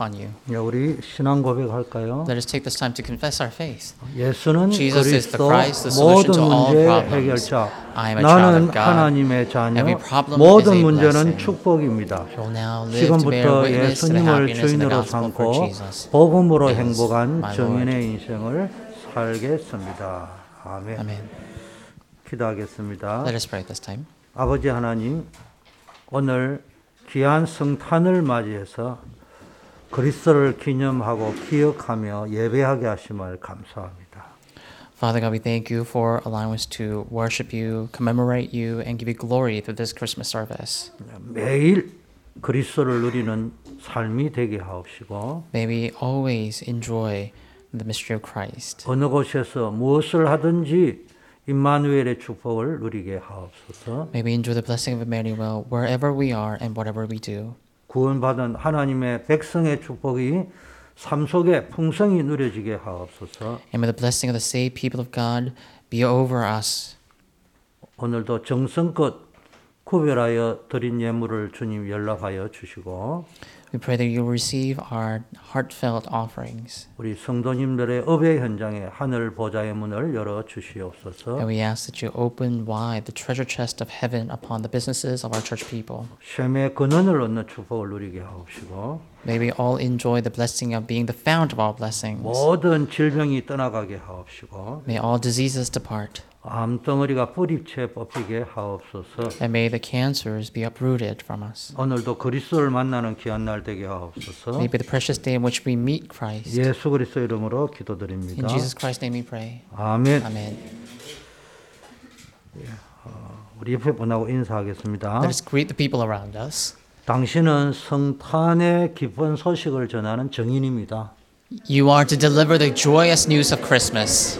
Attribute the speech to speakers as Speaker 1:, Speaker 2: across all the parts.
Speaker 1: on you.
Speaker 2: 이제 예, 우리 신앙 고백할까요?
Speaker 1: Let us take this time to confess our faith.
Speaker 2: 예수는
Speaker 1: 네. Jesus is the
Speaker 2: 그리스도
Speaker 1: Christ, the solution
Speaker 2: 모든
Speaker 1: to all
Speaker 2: 문제의
Speaker 1: problems.
Speaker 2: 해결자.
Speaker 1: I am a child
Speaker 2: 나는
Speaker 1: of God.
Speaker 2: 하나님의 자녀.
Speaker 1: Every problem is
Speaker 2: 모든
Speaker 1: a
Speaker 2: 문제는
Speaker 1: blessing.
Speaker 2: 축복입니다.
Speaker 1: I will now live to bear
Speaker 2: 지금부터
Speaker 1: witness to the
Speaker 2: 예수님을
Speaker 1: happiness in the
Speaker 2: 주인으로
Speaker 1: gospel
Speaker 2: 삼고
Speaker 1: for Jesus.
Speaker 2: 복음으로
Speaker 1: Yes,
Speaker 2: 행복한
Speaker 1: my
Speaker 2: 정인의 인생을 살겠습니다. 아멘.
Speaker 1: Amen.
Speaker 2: 기도하겠습니다.
Speaker 1: Let us pray this time.
Speaker 2: 아버지 하나님, 오늘 귀한 성탄을 맞이해서 그리스도를 기념하고 기억하며 예배하게 하심을 감사합니다.
Speaker 1: Father God, we thank you for allowing us to worship you, commemorate you, and give you glory through this Christmas service.
Speaker 2: 매일 그리스도를 누리는 삶이 되게 하옵시고
Speaker 1: May we always enjoy the mystery of Christ.
Speaker 2: 어느 곳에서 무엇을 하든지 임마누엘의 축복을 누리게 하옵소서.
Speaker 1: May we enjoy the blessing of Emmanuel wherever we are and whatever we do.
Speaker 2: 구원받은 하나님의 백성의 축복이 삶 속에 풍성히 누려지게 하옵소서.
Speaker 1: And may the blessing of the saved people of God be over us.
Speaker 2: 오늘도 정성껏 구별하여 드린 예물을 주님 연락하여 주시고
Speaker 1: We pray that you will receive our heartfelt offerings.
Speaker 2: 우리 성도님들의 업의 현장에 하늘 보좌의 문을 열어 주시옵소서.
Speaker 1: And we ask that you open wide the treasure chest of heaven upon the businesses of our church people.
Speaker 2: 셈의 근원을 얻는 축복을 누리게 하옵시고
Speaker 1: May we all enjoy the blessing of being the fount of all blessings.
Speaker 2: 모든 질병이 떠나가게 하옵시고
Speaker 1: May all diseases depart.
Speaker 2: 암덩어리가 뿌리채 뽑히게 하옵소서.
Speaker 1: And may the cancers be uprooted from us.
Speaker 2: 오늘도 그리스도를 만나는 귀한 날 되게 하옵소서.
Speaker 1: May it be the precious day in which we meet Christ.
Speaker 2: 예수 그리스도 이름으로
Speaker 1: In
Speaker 2: 기도드립니다.
Speaker 1: Jesus Christ's name we pray.
Speaker 2: 아멘.
Speaker 1: Amen.
Speaker 2: 우리 옆에 분하고 인사하겠습니다.
Speaker 1: Let us greet the people around us.
Speaker 2: 당신은 성탄의 기쁜 소식을 전하는 증인입니다.
Speaker 1: You are to deliver the joyous news of Christmas.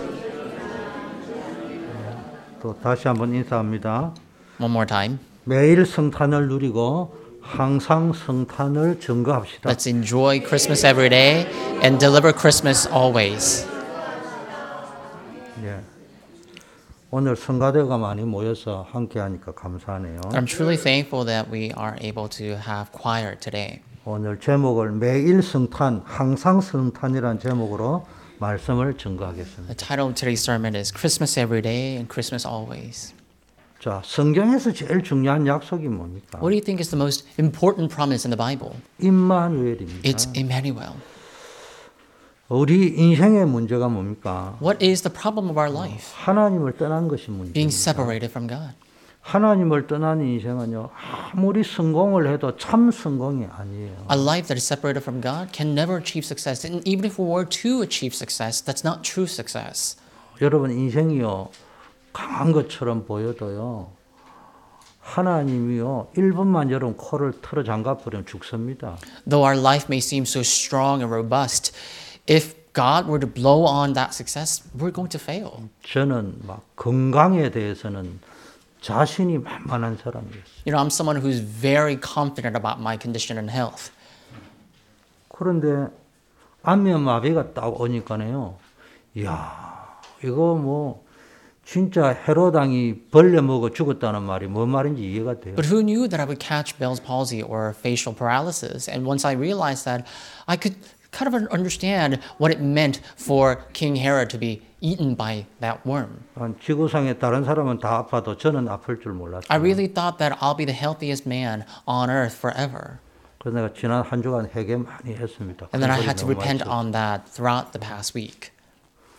Speaker 2: 또 다시 한번 인사합니다.
Speaker 1: One more time.
Speaker 2: 매일 성탄을 누리고 항상 성탄을 증거합시다.
Speaker 1: Let's enjoy Christmas every day and deliver Christmas always.
Speaker 2: 예. 오늘 성가대가 많이 모여서 함께 하니까 감사하네요.
Speaker 1: I'm truly thankful that we are able to have choir today.
Speaker 2: 오늘 제목을 매일 성탄, 항상 성탄이란 제목으로 말씀을
Speaker 1: The
Speaker 2: 증거하겠습니다.
Speaker 1: title of today's sermon is Christmas Every Day and Christmas Always.
Speaker 2: 자, 성경에서 제일 중요한 약속이 뭡니까?
Speaker 1: What do you think is the most important promise in the Bible?
Speaker 2: 임마누엘입니다.
Speaker 1: It's Emmanuel.
Speaker 2: 우리 인생의 문제가 뭡니까?
Speaker 1: What is the problem of our life?
Speaker 2: 하나님을 떠난 것이
Speaker 1: Being
Speaker 2: 문제입니다.
Speaker 1: separated from God.
Speaker 2: 하나님을 떠난 인생은요, 아무리 성공을 해도 참 성공이 아니에요.
Speaker 1: A life that is separated from God can never achieve success. And even if we were to achieve success, that's not true success.
Speaker 2: 여러분 인생이요 강한 것처럼 보여도요 하나님이요 1분만 여러분 코를 털어 잠가 버리면 죽습니다.
Speaker 1: Though our life may seem so strong and robust, if God were to blow on that success, we're going to fail.
Speaker 2: 저는 막 건강에 대해서는 자신이 만만한 사람이었어요.
Speaker 1: You know, I'm someone who's very confident about my condition and health.
Speaker 2: 그런데 안면마비가 딱 오니까네요. 이야 이거 뭐 진짜 헤로당이 벌레 먹어 죽었다는 말이 뭔 말인지 이해가 돼요.
Speaker 1: But who knew that I would catch Bell's palsy or facial paralysis? And once I realized that, I could kind of understand what it meant for King Herod to be eaten by that worm.
Speaker 2: 한 지구상에 다른 사람은 다 아파도 저는 아플 줄 몰랐어요.
Speaker 1: I really thought that I'll be the healthiest man on earth forever.
Speaker 2: 그래서 내가 지난 한 주간 회개 많이 했습니다.
Speaker 1: And then I had to
Speaker 2: 큰소리 너무 많이
Speaker 1: repent on that throughout the past week.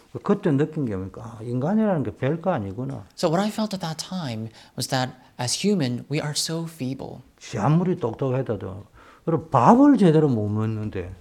Speaker 2: 했어요. 그때 느낀 게 뭡니까? 아, 인간이라는 게 별거 아니구나.
Speaker 1: So what I felt at that time was that as human, we are so feeble.
Speaker 2: 지 아무리 똑똑하다도 그리고 밥을 제대로 못 먹는데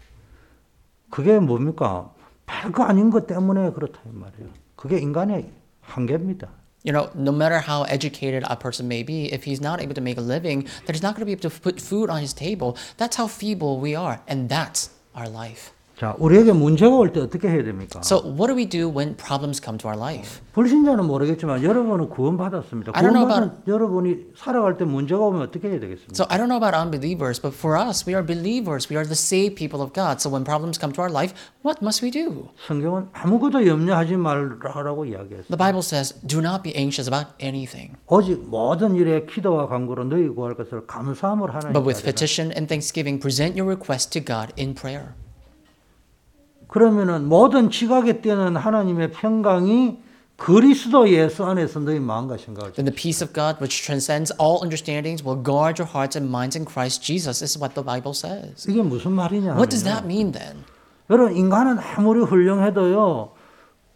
Speaker 2: 그게 뭡니까? 별거 아닌 것 때문에 그렇다 이 말이에요. 그게 인간의 한계입니다.
Speaker 1: You know, no matter how educated a person may be, if he's not able to make a living, that he's not going to be able to put food on his table. That's how feeble we are, and that's our life.
Speaker 2: 자, 우리에게 문제가 올 때 어떻게 해야 됩니까?
Speaker 1: So, what do we do when problems come to our life?
Speaker 2: 불신자는 모르겠지만 여러분은 구원받았습니다.
Speaker 1: I don't know
Speaker 2: 구원받은 여러분이 살아갈 때 문제가 오면 어떻게 해야 되겠습니까?
Speaker 1: So, I don't know about unbelievers, but for us, we are believers. We are the saved people of God. So, when problems come to our life, what must we do?
Speaker 2: 성경은 아무것도 염려하지 말라고 이야기했어요.
Speaker 1: The Bible says, do not be anxious about anything,
Speaker 2: 오직 모든 일에 기도와 간구로 너희 구할 것을 감사함을 하는
Speaker 1: but with petition and thanksgiving, present your request to God in prayer.
Speaker 2: 그러면은 모든 지각에 뛰는 하나님의 평강이 그리스도 예수 안에서 너희 마음과 생각을
Speaker 1: Then the peace of God, which transcends all understandings, will guard your hearts and minds in Christ Jesus. This is what the Bible says.
Speaker 2: 이게 무슨 말이냐?
Speaker 1: What does
Speaker 2: 하면요.
Speaker 1: that mean then?
Speaker 2: 여러분 인간은 아무리 훌륭해도요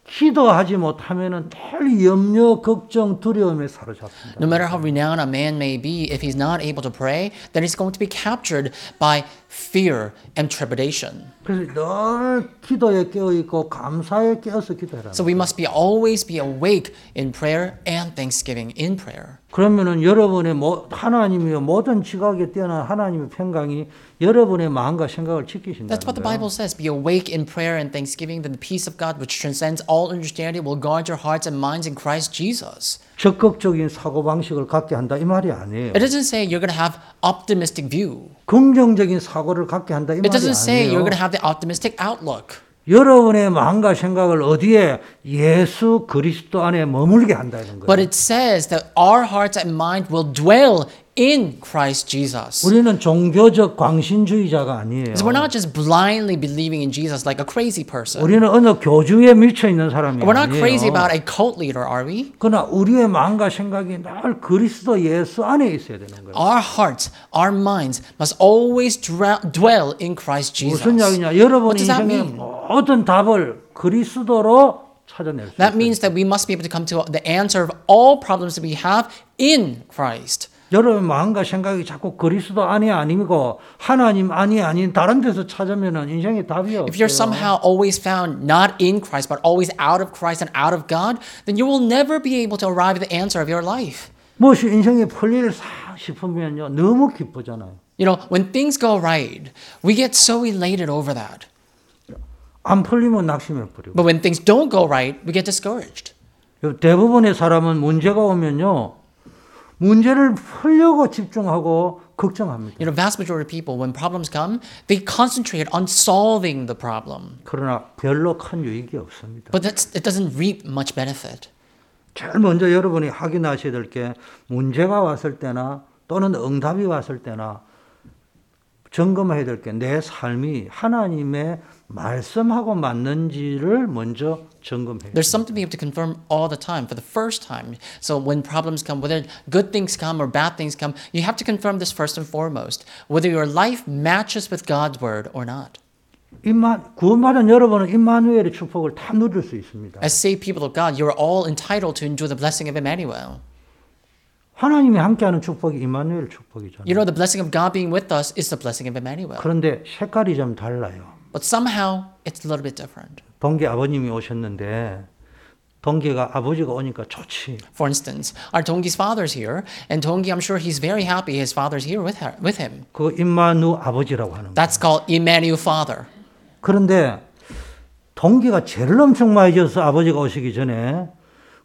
Speaker 2: 기도하지 못하면은 늘 염려, 걱정, 두려움에 사로잡힌다.
Speaker 1: No matter how renowned a man may be, if he's not able to pray, then he's going to be captured by fear and trepidation.
Speaker 2: 그래서 늘 기도에 깨어 있고 감사에 깨어서 기도해라.
Speaker 1: So we must be always be awake in prayer and thanksgiving in prayer.
Speaker 2: 그러면은 여러분의 모, 하나님이요 모든 지각에 뛰어난 하나님의 평강이 여러분의 마음과 생각을 지키신다.
Speaker 1: That's what the Bible says. Be awake in prayer and thanksgiving, then the peace of God, which transcends all understanding, will guard your hearts and minds in Christ Jesus.
Speaker 2: 적극적인 사고 방식을 갖게 한다 이 말이 아니에요.
Speaker 1: It doesn't say you're going to have optimistic view.
Speaker 2: 긍정적인 사고를 갖게 한다 이
Speaker 1: It
Speaker 2: 말이
Speaker 1: doesn't say you're
Speaker 2: 아니에요.
Speaker 1: going to have the optimistic outlook.
Speaker 2: 여러분의 마음과 생각을 어디에 예수 그리스도 안에 머물게 한다는 거예요.
Speaker 1: But it says that our hearts and mind will dwell in Christ Jesus.
Speaker 2: 우리는 종교적 광신주의자가 아니에요.
Speaker 1: Because we're not just blindly believing in Jesus like a crazy person.
Speaker 2: 우리는 어느 교주에 미쳐 있는 사람이
Speaker 1: We're not crazy
Speaker 2: 아니에요.
Speaker 1: about a cult leader, are we?
Speaker 2: 그러나 우리의 마음과 생각이 늘 그리스도 예수 안에 있어야 되는 거예요.
Speaker 1: Our hearts, our minds must always dra- dwell in Christ
Speaker 2: 무슨
Speaker 1: Jesus.
Speaker 2: 이야기냐? 여러분
Speaker 1: What does that
Speaker 2: 인생의
Speaker 1: mean?
Speaker 2: 모든 답을 그리스도로 찾아낼 수
Speaker 1: That
Speaker 2: 있어요.
Speaker 1: means that we must be able to come to the answer of all problems that we have in Christ.
Speaker 2: 여러분 마음과 생각이 자꾸 그리스도 안이 아니고 하나님 안이 아닌 다른 데서 찾으면 인생의 답이
Speaker 1: If you're
Speaker 2: 없어요.
Speaker 1: somehow always found not in Christ, but always out of Christ and out of God, then you will never be able to arrive at the answer of your life.
Speaker 2: 무엇이 인생이 풀릴 사 싶으면요 너무 기쁘잖아요.
Speaker 1: You know, when things go right, we get so elated over that.
Speaker 2: 안 풀리면 낙심해 버리고.
Speaker 1: But when things don't go right, we get discouraged.
Speaker 2: 대부분의 사람은 문제가 오면요 문제를 풀려고 집중하고 걱정합니다.
Speaker 1: You know, vast majority of people, when problems come, they concentrate on solving the problem,
Speaker 2: 그러나 별로 큰 유익이 없습니다.
Speaker 1: but that's, it doesn't reap much benefit.
Speaker 2: 제일 먼저 여러분이 확인하셔야 될 게 문제가 왔을 때나 또는 응답이 왔을 때나 점검해야 될 게 내 삶이 하나님의 말씀하고 맞는지를 먼저 점검해야 돼요.
Speaker 1: There's something to be able to confirm all the time for the first time. So when problems come, whether good things come or bad things come, you have to confirm this first and foremost, whether your life matches with God's word or not.
Speaker 2: 임만 구원받은 여러분은 임마누엘의 축복을 다 누릴 수 있습니다.
Speaker 1: As saved people of God, you're all entitled to enjoy the blessing of Emmanuel.
Speaker 2: 하나님이 함께하는 축복이 임마누엘
Speaker 1: You
Speaker 2: 축복이잖아요.
Speaker 1: know, the blessing of God being with us is the blessing of Emmanuel.
Speaker 2: 그런데 색깔이 좀 달라요.
Speaker 1: But somehow, it's a little bit different.
Speaker 2: 동기 아버님이 오셨는데 동기가 아버지가 오니까 좋지.
Speaker 1: For instance, our Tongi's father's here, and Tongi, I'm sure he's very happy his father's here with, her, with him.
Speaker 2: 그거 임마누 아버지라고 하는 거예요.
Speaker 1: That's called Emmanuel Father.
Speaker 2: 그런데 동기가 죄를 엄청 많이 지어서 아버지가 오시기 전에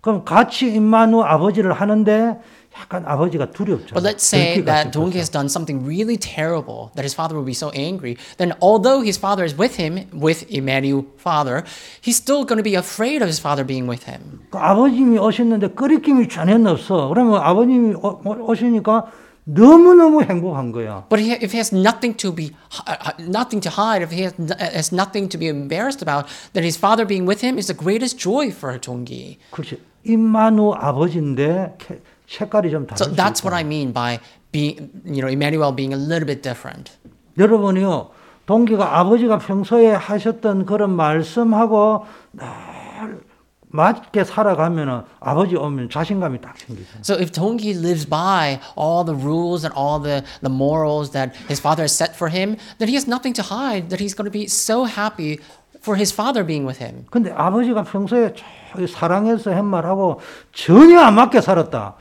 Speaker 2: 그럼 같이 임마누 아버지를 하는데 약간 아버지가 두렵잖아요.
Speaker 1: But let's say
Speaker 2: 들킬 것
Speaker 1: that
Speaker 2: 같아서.
Speaker 1: Tongi has done something really terrible that his father will be so angry. Then, although his father is with him, with Emmanuel Father, he's still going to be afraid of his father being with him.
Speaker 2: 그 아버님이 오셨는데 끓이김이 전혀 없어. 그러면 아버님이 오- 오- 오시니까 너무너무 행복한 거야.
Speaker 1: But he, if he has nothing to be, uh, nothing to hide, if he has, n- uh, has nothing to be embarrassed about, then his father being with him is the greatest joy for Tongi.
Speaker 2: 그렇지. 임마누 아버지인데 캐- 색깔이 좀
Speaker 1: So
Speaker 2: 다르죠.
Speaker 1: that's what I mean by being, you know, Emmanuel being a little bit different.
Speaker 2: 여러분이요. 동기가 아버지가 평소에 하셨던 그런 말씀하고 늘 맞게 살아가면은 아버지 오면 자신감이 딱 생기죠.
Speaker 1: So if Tongi lives by all the rules and all the, the morals that his father has set for him, then he has nothing to hide, that he's going to be so happy for his father being with him.
Speaker 2: 근데 아버지가 평소에 저기 사랑해서 한 말하고 전혀 안 맞게 살았다.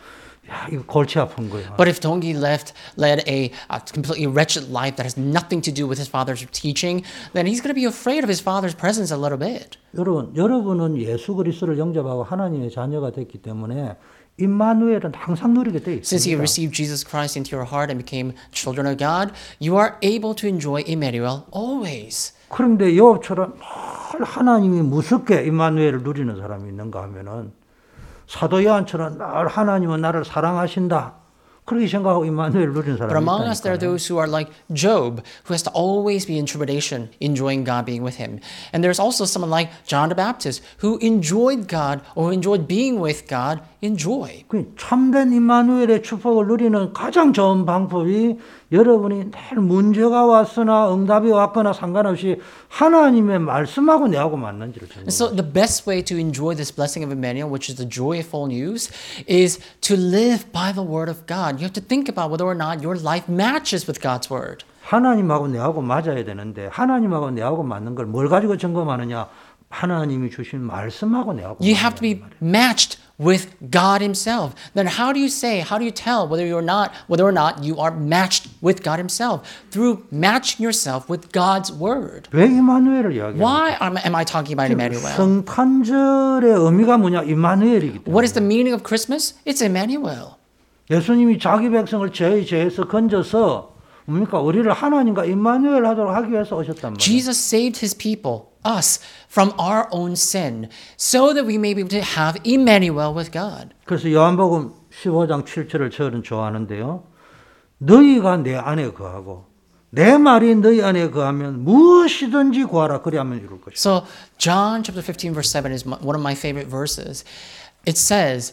Speaker 2: 야, 이거 골치 아픈 거예요.
Speaker 1: But if Dongi left led a, a completely wretched life that has nothing to do with his father's teaching, then he's going to be afraid of his father's presence a little bit.
Speaker 2: 여러분, 여러분은 예수 그리스도를 영접하고 하나님의 자녀가 됐기 때문에 임마누엘은 항상 누리게 돼
Speaker 1: Since you
Speaker 2: 있습니다.
Speaker 1: received Jesus Christ into your heart and became children of God, you are able to enjoy Emmanuel always.
Speaker 2: 그런데 요업처럼 늘 하나님이 무섭게 임마누엘을 누리는 사람이 있는가 하면은 사도 요한처럼 늘 하나님은 나를 사랑하신다. 그렇게 생각하고 임마누엘을 누리는
Speaker 1: But
Speaker 2: 사람이
Speaker 1: among us, there are
Speaker 2: 있다니까요.
Speaker 1: those who are like Job, who has to always be in tribulation, enjoying God being with him. And there's also someone like John the Baptist, who enjoyed God or who enjoyed being with God in joy.
Speaker 2: 그 참된 임마누엘의 축복을 누리는 가장 좋은 방법이 여러분이 늘 문제가 왔으나 응답이 왔거나 상관없이 하나님의 말씀하고 내하고 맞는지를
Speaker 1: And
Speaker 2: 생각해요.
Speaker 1: so, the best way to enjoy this blessing of Emmanuel, which is the joyful news, is to live by the word of God. You have to think about whether or not your life matches with God's word.
Speaker 2: 하나님하고 내하고 맞아야 되는데 하나님하고 내하고 맞는 걸 뭘 가지고 점검하느냐? 하나님이 주신 말씀하고 내하고
Speaker 1: You have to be matched with God Himself. Then how do you say, how do you tell whether you're not, whether or not you are matched with God Himself? Through matching yourself with God's Word.
Speaker 2: 왜 이마누엘을 이야기하냐?
Speaker 1: Why am, am I talking about Emmanuel?
Speaker 2: 성탄절의 의미가 뭐냐? 이마누엘이기 때문에
Speaker 1: What is the meaning of Christmas? It's Emmanuel.
Speaker 2: 예수님이 자기 백성을 죄의 죄에서 건져서 뭡니까? 우리를 하나님과 이마누엘 하도록 하기 위해서 오셨단 말이에요.
Speaker 1: Jesus saved His people, us, from our own sin, so that we may be able to have Emmanuel with God.
Speaker 2: 그래서 요한복음 15장 7절을 저는 좋아하는데요. 너희가 내 안에 거하고 내 말이 너희 안에 거하면 무엇이든지 구하라 그리하면 이룰 것이다.
Speaker 1: So, John chapter 15, verse 7 is my, one of my favorite verses. It says,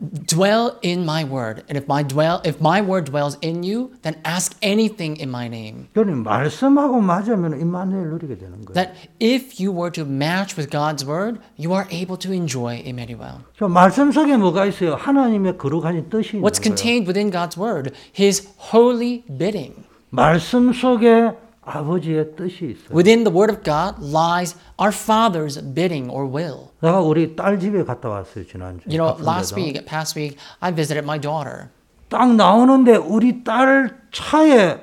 Speaker 1: Dwell in my word, and if my, dwell, if my word dwells in you, then ask anything in my name.
Speaker 2: 그러니 말씀하고 맞으면 임마누엘 누리게 되는 거예요.
Speaker 1: That if you were to match with God's word, you are able to enjoy Emmanuel.
Speaker 2: 저 말씀 속에 뭐가 있어요? 하나님의 거룩하신 뜻이 있는
Speaker 1: What's
Speaker 2: 거예요.
Speaker 1: contained within God's word? His holy bidding.
Speaker 2: 말씀 속에 아버지의 뜻이 있어요.
Speaker 1: Within the word of God lies our Father's bidding or will.
Speaker 2: 내가 우리 딸 집에 갔다 왔어요 지난주.
Speaker 1: You know, last week, past week, I visited my daughter.
Speaker 2: 딱 나오는데 우리 딸 차에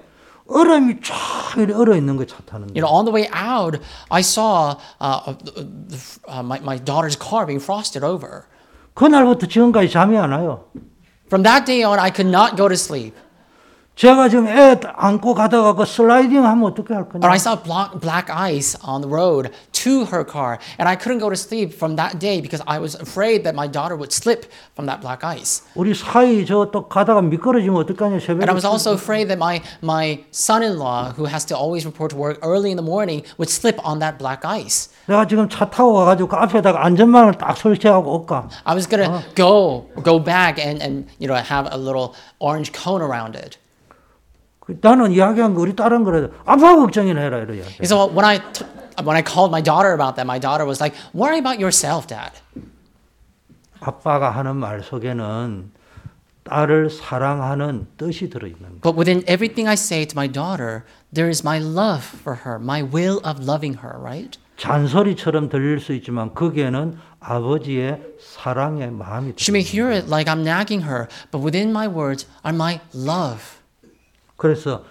Speaker 2: 얼음이 쫙 이렇게 얼어 있는 거 차 타는데.
Speaker 1: You know, on the way out, I saw uh, uh, uh, my, my daughter's car being frosted over.
Speaker 2: 그날부터 지금까지 잠이 안 와요.
Speaker 1: From that day on, I could not go to sleep.
Speaker 2: 제가 지금 애 안고 가다가 그 슬라이딩 하면 어떻게 할
Speaker 1: But
Speaker 2: 거냐?
Speaker 1: I saw black, black ice on the road to her car, and I couldn't go to sleep from that day because I was afraid that my daughter would slip from that black ice.
Speaker 2: 우리 사이 저 또 가다가 미끄러지면 어떡하냐?
Speaker 1: And I
Speaker 2: 새벽에
Speaker 1: was also afraid that my, my son in law, who has to always report to work early in the morning, would slip on that black ice.
Speaker 2: 내가 지금 차 타고 가가지고 그 앞에다가 안전망을 딱 설치하고 올까?
Speaker 1: I was gonna go go back and, and you know have a little orange cone around it.
Speaker 2: 그 나는 이야기한 거 우리 딸은 그래. 아빠 걱정이나 해라 이래야.
Speaker 1: And so when I t- when I called my daughter about that, my daughter was like, "Worry about yourself, Dad."
Speaker 2: 아빠가 하는 말 속에는 딸을 사랑하는 뜻이 들어 있는 거.
Speaker 1: But within everything I say to my daughter, there is my love for her, my will of loving her, right?
Speaker 2: 잔소리처럼 들릴 수 있지만 거기에는 아버지의 사랑의 마음이
Speaker 1: She
Speaker 2: 들어.
Speaker 1: may
Speaker 2: 있는 거예요.
Speaker 1: hear it like I'm nagging her, but within my words are my love.
Speaker 2: 그래서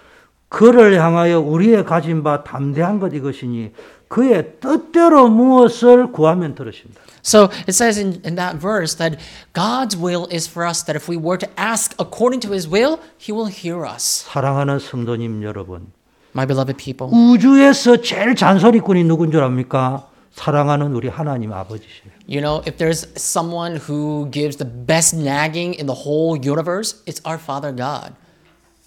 Speaker 2: 그를 향하여 우리의 가진 바 담대한 것 이것이니 그의 뜻대로 무엇을 구하면 들으신다.
Speaker 1: So it says in, in that verse that God's will is for us that if we were to ask according to his will, he will hear us.
Speaker 2: 사랑하는 성도님 여러분,
Speaker 1: My beloved people.
Speaker 2: 우주에서 제일 잔소리꾼이 누군 줄 압니까? 사랑하는 우리 하나님 아버지시에요.
Speaker 1: You know, if there's someone who gives the best nagging in the whole universe, it's our Father God.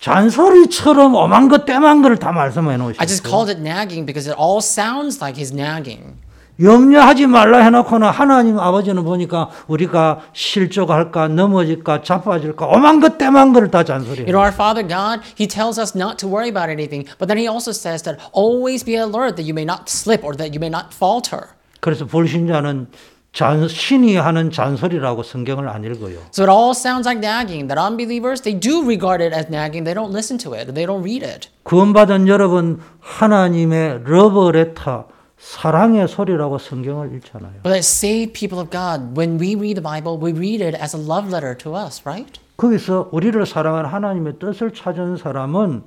Speaker 2: 잔소리처럼 엄한 것 떼만 것을 다 말씀해
Speaker 1: I just
Speaker 2: 놓으셨어요.
Speaker 1: called it nagging because it all sounds like he's nagging.
Speaker 2: 염려하지 말라 해놓고는 하나님 아버지는 보니까 우리가 실족할까 넘어질까 자빠질까 엄한 것 떼만 것을 다
Speaker 1: You
Speaker 2: 잔소리해요.
Speaker 1: know, our Father God, he tells us not to worry about anything, but then he also says that always be alert that you may not slip or that you may not falter.
Speaker 2: 그래서 불신자는 잔, 신이 하는 잔소리라고 성경을 안 읽어요.
Speaker 1: So it all sounds like nagging. That unbelievers, they do regard it as nagging. They don't listen to it. They don't read it.
Speaker 2: 구원받은 여러분 하나님의 러버레타 사랑의 소리라고 성경을 읽잖아요.
Speaker 1: But as saved people of God, when we read the Bible, we read it as a love letter to us, right?
Speaker 2: 거기서 우리를 사랑하는 하나님의 뜻을 찾은 사람은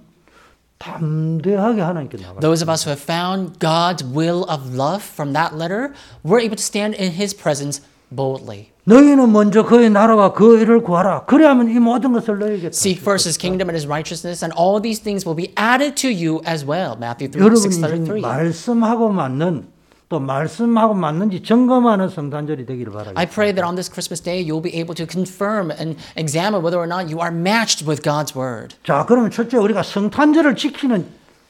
Speaker 2: 담대하게 하나님께 나가요.
Speaker 1: Those of us who have found God's will of love from that letter, we're able to stand in His presence boldly.
Speaker 2: 너희는 먼저 그의 나라와 그 일을 구하라. 그래야만 이 모든 것을 너희에게
Speaker 1: Seek first His kingdom and His righteousness, and all these things will be added to you as well. Matthew 3, 6,
Speaker 2: 여러분이
Speaker 1: 33.
Speaker 2: 말씀하고 맞는 또 말씀하고 맞는지 점검하는 성탄절이 되기를 바랍니다.
Speaker 1: I pray that on this Christmas day, you'll be able to confirm and examine whether or not you are matched with God's word.
Speaker 2: 자, 그러면 첫째 우리가 성탄절을 지키는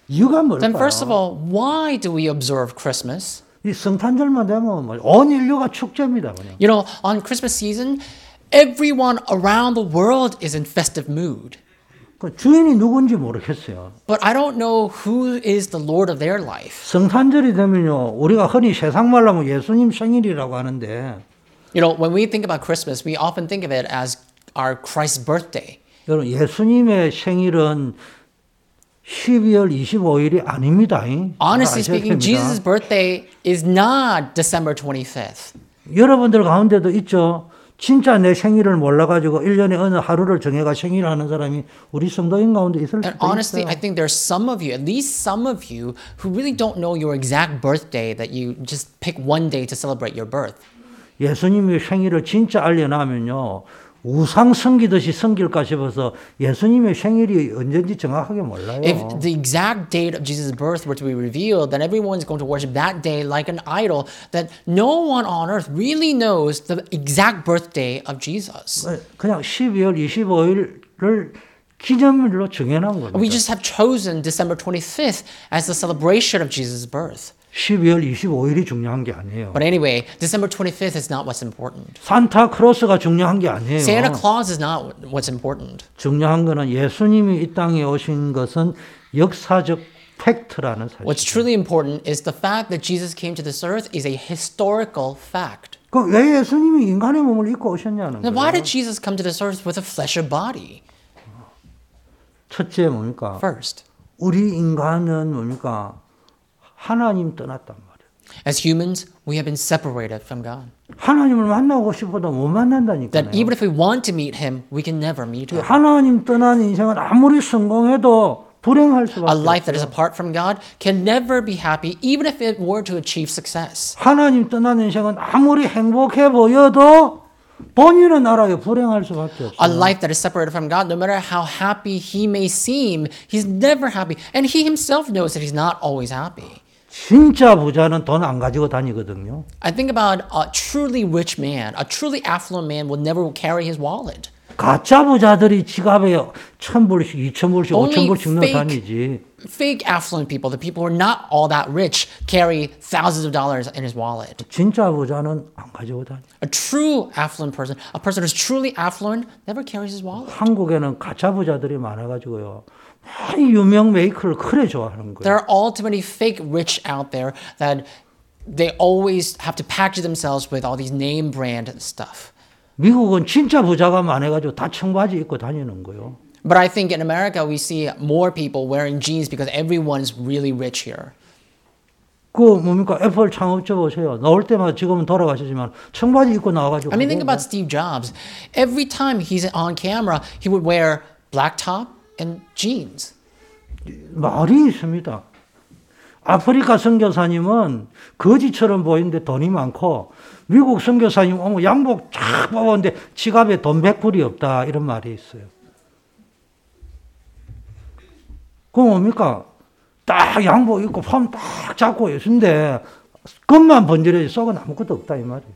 Speaker 2: 이유가
Speaker 1: Then,
Speaker 2: 뭘까요?
Speaker 1: first of all, why do we observe Christmas?
Speaker 2: 이 성탄절만 되면 뭐온 인류가 축제입니다. 그냥.
Speaker 1: You know, on Christmas season, everyone around the world is in festive mood.
Speaker 2: 그 주인이 누군지 모르겠어요.
Speaker 1: But I don't know who is the Lord of their life.
Speaker 2: 성탄절이 되면요, 우리가 흔히 세상 말로 하면 예수님 생일이라고 하는데,
Speaker 1: You know, when we think about Christmas, we often think of it as our Christ's birthday.
Speaker 2: 여러분, 예수님의 생일은 12월 25일이 아닙니다. 잉.
Speaker 1: Honestly
Speaker 2: 아셔야
Speaker 1: speaking,
Speaker 2: 됩니다.
Speaker 1: Jesus' birthday is not December 25th.
Speaker 2: 여러분들 가운데도 있죠. 진짜 내 생일을 몰라가지고 1년에 어느 하루를 정해가 생일을 하는 사람이 우리 성도인 가운데 있을
Speaker 1: And
Speaker 2: 수도
Speaker 1: honestly,
Speaker 2: 있어요.
Speaker 1: I think there's some of you, at least some of you, who really don't know your exact birthday that you just pick one day to celebrate your birth.
Speaker 2: 예수님의 생일을 진짜 알려나면요. 우상 섬기듯이 섬길까 싶어서 예수님의 생일이 언제인지 정확하게 몰라요.
Speaker 1: If the exact date of Jesus' birth were to be revealed, then everyone's going to worship that day like an idol that no one on earth really knows the exact birthday of Jesus.
Speaker 2: 네, 그냥 12월 25일을 기념일로 정해놓은
Speaker 1: We
Speaker 2: 겁니다.
Speaker 1: just have chosen December 25th as the celebration of Jesus' birth.
Speaker 2: 12월 25일이 중요한 게 아니에요.
Speaker 1: But anyway, December 25th is not what's important.
Speaker 2: 산타크로스가 중요한 게 아니에요.
Speaker 1: Santa Claus is not what's important.
Speaker 2: 중요한 거는 예수님이 이 땅에 오신 것은 역사적 팩트라는 사실.
Speaker 1: What's truly important is the fact that Jesus came to this earth is a historical fact.
Speaker 2: 그럼 왜 예수님이 인간의 몸을 입고 오셨냐는
Speaker 1: Then
Speaker 2: 거예요.
Speaker 1: why did Jesus come to this earth with a fleshy body
Speaker 2: 첫째 뭡니까?
Speaker 1: first?
Speaker 2: 우리 인간은 뭡니까? 하나님 떠났단 말이에요.
Speaker 1: As humans, we have been separated from God.
Speaker 2: 하나님을 만나고 싶어도 못 만난다니까요.
Speaker 1: That even if we want to meet Him, we can never meet Him.
Speaker 2: 하나님 떠난 인생은 아무리 성공해도 불행할
Speaker 1: A
Speaker 2: 수밖에
Speaker 1: life that is
Speaker 2: 없어요.
Speaker 1: apart from God can never be happy, even if it were to achieve success.
Speaker 2: 하나님 떠난 인생은 아무리 행복해 보여도 본인은 알아요. 불행할 수밖에 없어요.
Speaker 1: A life that is separated from God, no matter how happy He may seem, He's never happy. And He Himself knows that He's not always happy.
Speaker 2: 진짜 부자는 돈 안 가지고 다니거든요.
Speaker 1: I think about a truly rich man, a truly affluent man will never carry his wallet.
Speaker 2: 가짜 부자들이 지갑에 천 불씩, 이천 불씩,
Speaker 1: Only
Speaker 2: 오천 불씩 넣어
Speaker 1: fake.
Speaker 2: 다니지.
Speaker 1: Fake affluent people, the people who are not all that rich, carry thousands of dollars in his wallet.
Speaker 2: 진짜 부자는 안 가지고 다니.
Speaker 1: A true affluent person, a person who's truly affluent, never carries his wallet.
Speaker 2: 한국에는 가짜 부자들이 많아가지고요. 많이 유명 메이커를 그래 좋아하는 거예요.
Speaker 1: There are all too many fake rich out there that they always have to package themselves with all these name brand stuff.
Speaker 2: 미국은 진짜 부자가 많아가지고 다 청바지 입고 다니는 거예요.
Speaker 1: But I think in America, we see more people wearing jeans because everyone's really rich here.
Speaker 2: 그 뭡니까 애플 창업자 보세요. 나올 때마다 지금은 돌아가시지만 청바지 입고 나와가지고.
Speaker 1: I mean, think
Speaker 2: 뭐
Speaker 1: about Steve Jobs. Every time he's on camera, he would wear black top and jeans.
Speaker 2: 말이 있습니다. 아프리카 선교사님은 거지처럼 보이는데 돈이 많고 미국 선교사님 오면 양복 쫙 뽑았는데 지갑에 돈 100불이 없다 이런 말이 있어요. 그럼 뭡니까? 딱 양복 입고 폼 딱 잡고 예수인데 겉만 번지르지 속은 아무것도 없다 이 말이에요.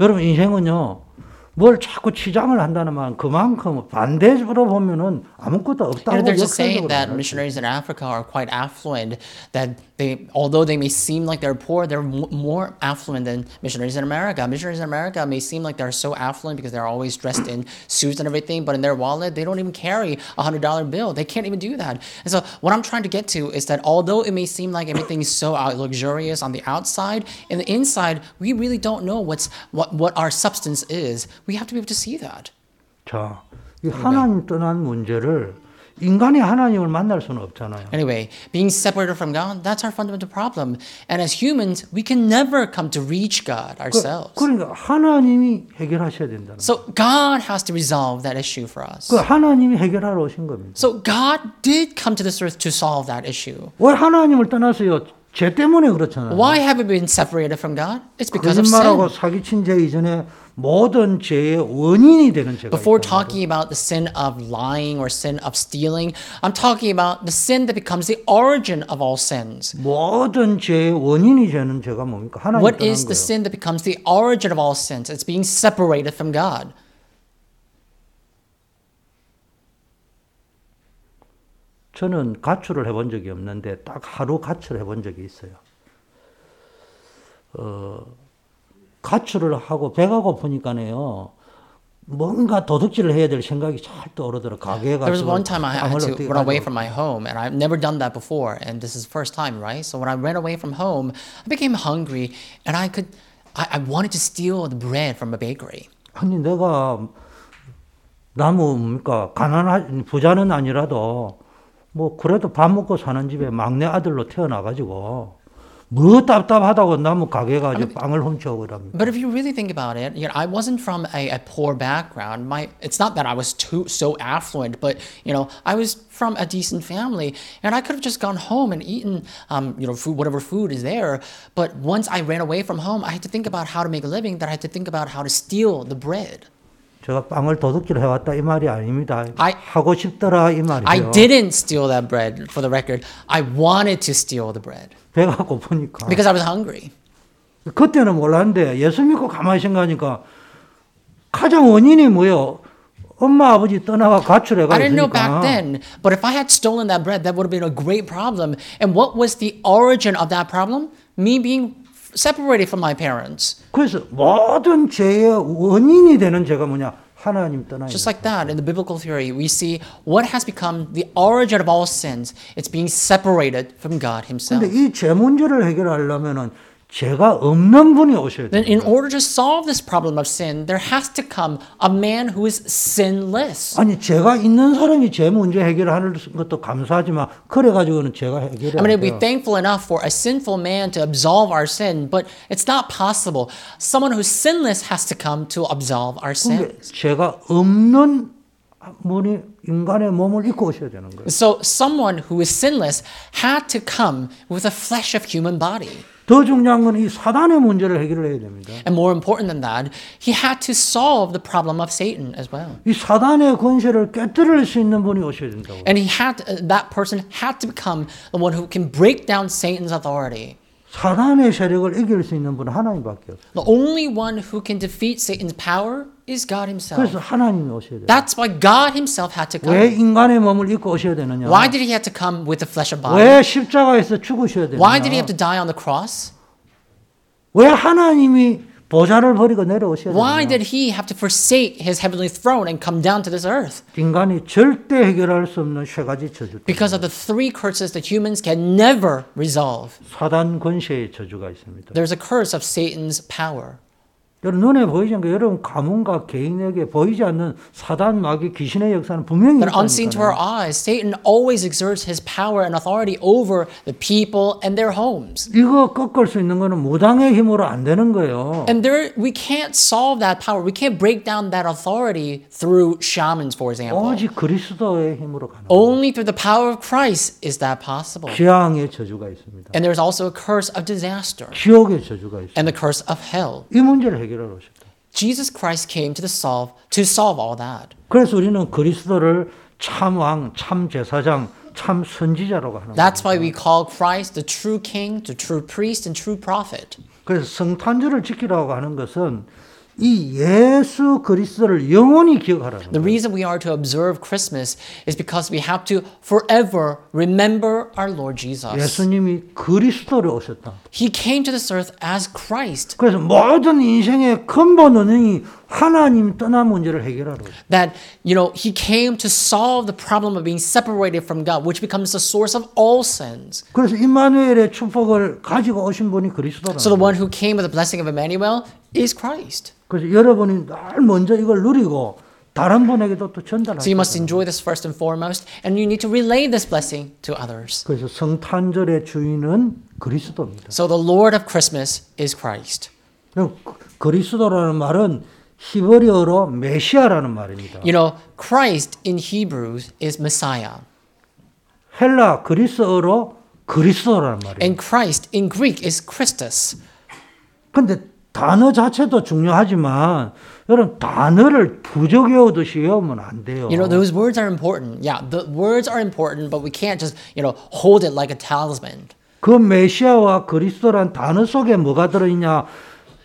Speaker 2: 여러분 인생은요 뭘 자꾸 치장을 한다는 말은 그만큼 반대로 보면은 아무것도
Speaker 1: You know,
Speaker 2: 없다고
Speaker 1: they're just saying
Speaker 2: 역설적으로
Speaker 1: that
Speaker 2: 말해요.
Speaker 1: missionaries in Africa are quite affluent. That they, although they may seem like they're poor, they're m- more affluent than missionaries in America. Missionaries in America may seem like they're so affluent because they're always dressed in suits and everything, but in their wallet they don't even carry a hundred dollar bill. They can't even do that. And so, what I'm trying to get to is that although it may seem like everything is so out- luxurious on the outside, in the inside we really don't know what's what what our substance is. We have to be able to see that.
Speaker 2: 자, 이 하나님 떠난 문제를 인간이 하나님을 만날 수는 없잖아요.
Speaker 1: Anyway, being separated from God, that's our fundamental problem. And as humans, we can never come to reach God ourselves.
Speaker 2: 그러니까 하나님이 해결하셔야 된다는
Speaker 1: So God has to resolve that issue for us.
Speaker 2: 그 하나님이 해결하러 오신 겁니다.
Speaker 1: So God did come to this earth to solve that issue.
Speaker 2: 왜 하나님을 떠나서요? 죄 때문에 그렇잖아요.
Speaker 1: Why have we been separated from God? It's because of
Speaker 2: 거짓말하고
Speaker 1: sin.
Speaker 2: 사기친 죄 이전에 모든 죄의 원인이 되는 죄가
Speaker 1: Before
Speaker 2: 있다.
Speaker 1: talking about the sin of lying or sin of stealing, I'm talking about the sin that becomes the origin of all sins.
Speaker 2: 모든 죄의 원인이 되는 죄가 뭡니까? 하나님 떠난
Speaker 1: What
Speaker 2: 거예요.
Speaker 1: is the sin that becomes the origin of all sins? It's being separated from God.
Speaker 2: 저는 가출을 해본 적이 없는데 딱 하루 가출을 해본 적이 있어요. 어, 가출을 하고 배가 고프니까네요. 뭔가 도둑질을 해야 될 생각이 잘 떠오르더라고요. 가게에 가서
Speaker 1: There was one time I had
Speaker 2: 빵을
Speaker 1: to
Speaker 2: 어떻게
Speaker 1: run away
Speaker 2: 가져올까?
Speaker 1: from my home, and I've never done that before, and this is the first time, right? So when I ran away from home, I became hungry, and I could, I, I wanted to steal the bread from a bakery.
Speaker 2: 아니 내가 나무 뭡니까 가난한 부자는 아니라도 뭐 그래도 밥 먹고 사는 집에 막내 아들로 태어나 가지고 뭐 답답하다고 나무 가게 가서 빵을 훔쳐오고 이러면
Speaker 1: But if you really think about it, you know, I wasn't from a, a poor background. My, it's not that I was too so affluent, but you know, I was from a decent family, and I could have just gone home and eaten, um, you know, food, whatever food is there. But once I ran away from home, I had to think about how to make a living. That I had to think about how to steal the bread.
Speaker 2: 제가 빵을 도둑질 해왔다 이 말이 아닙니다.
Speaker 1: I-
Speaker 2: 하고 싶더라 이
Speaker 1: I
Speaker 2: 말이에요.
Speaker 1: didn't steal that bread for the record. I wanted to steal the bread
Speaker 2: 배가 고프니까
Speaker 1: because I was hungry.
Speaker 2: 그때는 몰랐는데 예수 믿고 가만히 생각하니까 가장 원인이 뭐예요? 엄마 아버지 떠나가
Speaker 1: I didn't know
Speaker 2: 가출해가지고 그러니까.
Speaker 1: back then, but if I had stolen that bread, that would have been a great problem. And what was the origin of that problem? Me being f- separated from my parents.
Speaker 2: 그래서 모든 죄의 원인이 되는 죄가 뭐냐? 하나님 떠나요.
Speaker 1: Just like that, in the biblical theory, we see what has become the origin of all sins. It's being separated from God Himself.
Speaker 2: 근데 이 죄 문제를 해결하려면은 죄가 없는 분이 오셔야
Speaker 1: Then, in
Speaker 2: 돼요.
Speaker 1: order to solve this problem of sin, there has to come a man who is sinless.
Speaker 2: 아니 죄가 있는 사람이 죄 문제 해결하는 것도 감사하지만 그래 가지고는 죄가 해결이
Speaker 1: I
Speaker 2: 안
Speaker 1: mean, we'd be
Speaker 2: 돼요.
Speaker 1: thankful enough for a sinful man to absolve our sin, but it's not possible. Someone who's sinless has to come to absolve our sin.
Speaker 2: 근데 죄가 없는 분이 인간의 몸을 입고 오셔야 되는 거예요.
Speaker 1: So, someone who is sinless had to come with a flesh of human body.
Speaker 2: 더 중요한 건 이 사단의 문제를 해결을 해야 됩니다.
Speaker 1: And more important than that, he had to solve the problem of Satan as well.
Speaker 2: 이 사단의 권세를 깨뜨릴 수 있는 분이 오셔야 된다고.
Speaker 1: And he had uh, that person had to become the one who can break down Satan's authority.
Speaker 2: 사단의 세력을 이길 수 있는 분은 하나님밖에 없어요.
Speaker 1: The only one who can defeat Satan's power is God himself.
Speaker 2: 그래서 하나님이 오셔야 돼요.
Speaker 1: That's why God himself had to come.
Speaker 2: 왜 인간의 몸을 입고 오셔야 되느냐?
Speaker 1: Why did he have to come with the flesh of body?
Speaker 2: 왜 십자가에서 죽으셔야 되느냐?
Speaker 1: Why did he have to die on the cross?
Speaker 2: 왜 하나님이 보좌를 버리고 내려오셔야
Speaker 1: Why
Speaker 2: 되느냐?
Speaker 1: did he have to forsake his heavenly throne and come down to this earth?
Speaker 2: 인간이 절대 해결할 수 없는 세 가지 저주.
Speaker 1: Because of the three curses that humans can never resolve.
Speaker 2: 사단 권세의 저주가 있습니다.
Speaker 1: There's a curse of Satan's power.
Speaker 2: 여러분 눈에 보이지 않게 여러분 가문과 개인에게 보이지 않는 사단 마귀 귀신의 역사는 분명히
Speaker 1: That unseen to
Speaker 2: 있다니까요.
Speaker 1: our eyes, Satan always exerts his power and authority over the people and their homes.
Speaker 2: 이거 꺾을 수 있는 거는 무당의 힘으로 안 되는 거예요.
Speaker 1: And there, we can't solve that power. We can't break down that authority through shamans, for example.
Speaker 2: 오직 그리스도의 힘으로 가는 거예요.
Speaker 1: Only through the power of Christ is that possible.
Speaker 2: 재앙의 저주가 있습니다.
Speaker 1: And there's also a curse of disaster.
Speaker 2: 지옥의 저주가 있습니다.
Speaker 1: and the curse of hell.
Speaker 2: 이 문제를 해결하러 오셨다.
Speaker 1: Jesus Christ came to the solve to solve all that.
Speaker 2: 그래서 우리는 그리스도를 참왕, 참 제사장, 참 선지자라고 하는 거예요.
Speaker 1: That's why we call Christ the true king, the true priest and true prophet.
Speaker 2: 그래서 성탄절을 지키라고 하는 것은 이 예수 그리스도를 영원히 기억하라는
Speaker 1: The
Speaker 2: 거예요.
Speaker 1: reason we are to observe Christmas is because we have to forever remember our Lord Jesus.
Speaker 2: 예수님이 그리스도로 오셨다.
Speaker 1: He came to this earth as Christ.
Speaker 2: 그래서 모든 인생의 근본 원인이 하나님 떠난 문제를 해결하러 오셨다.
Speaker 1: That, you know, he came to solve the problem of being separated from God, which becomes the source of all sins.
Speaker 2: 그래서 임마누엘의 축복을 가지고 오신 분이 그리스도라는
Speaker 1: So the
Speaker 2: 거예요.
Speaker 1: one who came with the blessing of Emmanuel is Christ.
Speaker 2: 그래서 여러분이 늘 먼저 이걸 누리고 다른 분에게도 또 전달할
Speaker 1: So you must
Speaker 2: 거예요.
Speaker 1: enjoy this first and foremost, and you need to relay this blessing to others.
Speaker 2: 그래서 성탄절의 주인은 그리스도입니다.
Speaker 1: So the Lord of Christmas is Christ.
Speaker 2: 그럼 그- 그리스도라는 말은 히브리어로 메시아라는 말입니다.
Speaker 1: You know, Christ in Hebrews is Messiah,
Speaker 2: 헬라 그리스어로 그리스도라는 말이에요.
Speaker 1: and Christ in Greek is Christus.
Speaker 2: 근데 단어 자체도 중요하지만 여러분 단어를 부적 외우듯이 외우면 안 돼요.
Speaker 1: You know, those words are important. Yeah, the words are important, but we can't just, you know, hold it like a talisman.
Speaker 2: 그 메시아와 그리스도란 단어 속에 뭐가 들어있냐?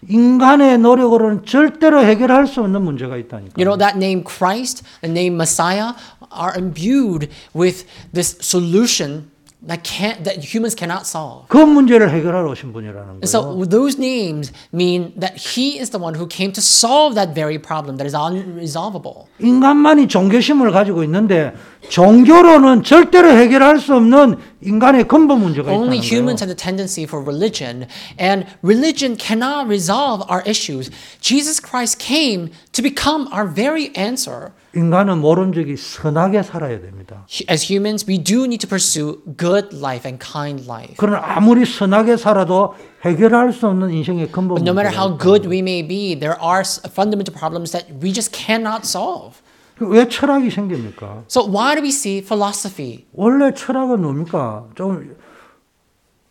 Speaker 2: 인간의 노력으로는 절대로 해결할 수 없는 문제가 있다니까.
Speaker 1: You know, that name Christ, the name Messiah, are imbued with this solution that can't that humans cannot solve.
Speaker 2: 그 문제를 해결하러 오신 분이라는
Speaker 1: And
Speaker 2: 거예요.
Speaker 1: so those names mean that he is the one who came to solve that very problem that is unresolvable.
Speaker 2: 인간만이 종교심을 가지고 있는데 종교로는 절대로 해결할 수 없는 인간의 근본 문제가
Speaker 1: Only
Speaker 2: 있다는 거예요.
Speaker 1: humans have the tendency for religion, and religion cannot resolve our issues. Jesus Christ came to become our very answer.
Speaker 2: 인간은 모른 적이 선하게 살아야 됩니다.
Speaker 1: Hu- As humans, we do need to pursue good life and kind life.
Speaker 2: 그러나 아무리 선하게 살아도 해결할 수 없는 인생의 근본
Speaker 1: No matter
Speaker 2: 문제가
Speaker 1: how good we may be, there are s- fundamental problems that we just cannot solve.
Speaker 2: 있어요. 왜 철학이 생깁니까?
Speaker 1: So why do we see philosophy?
Speaker 2: 원래 철학은 뭡니까? 좀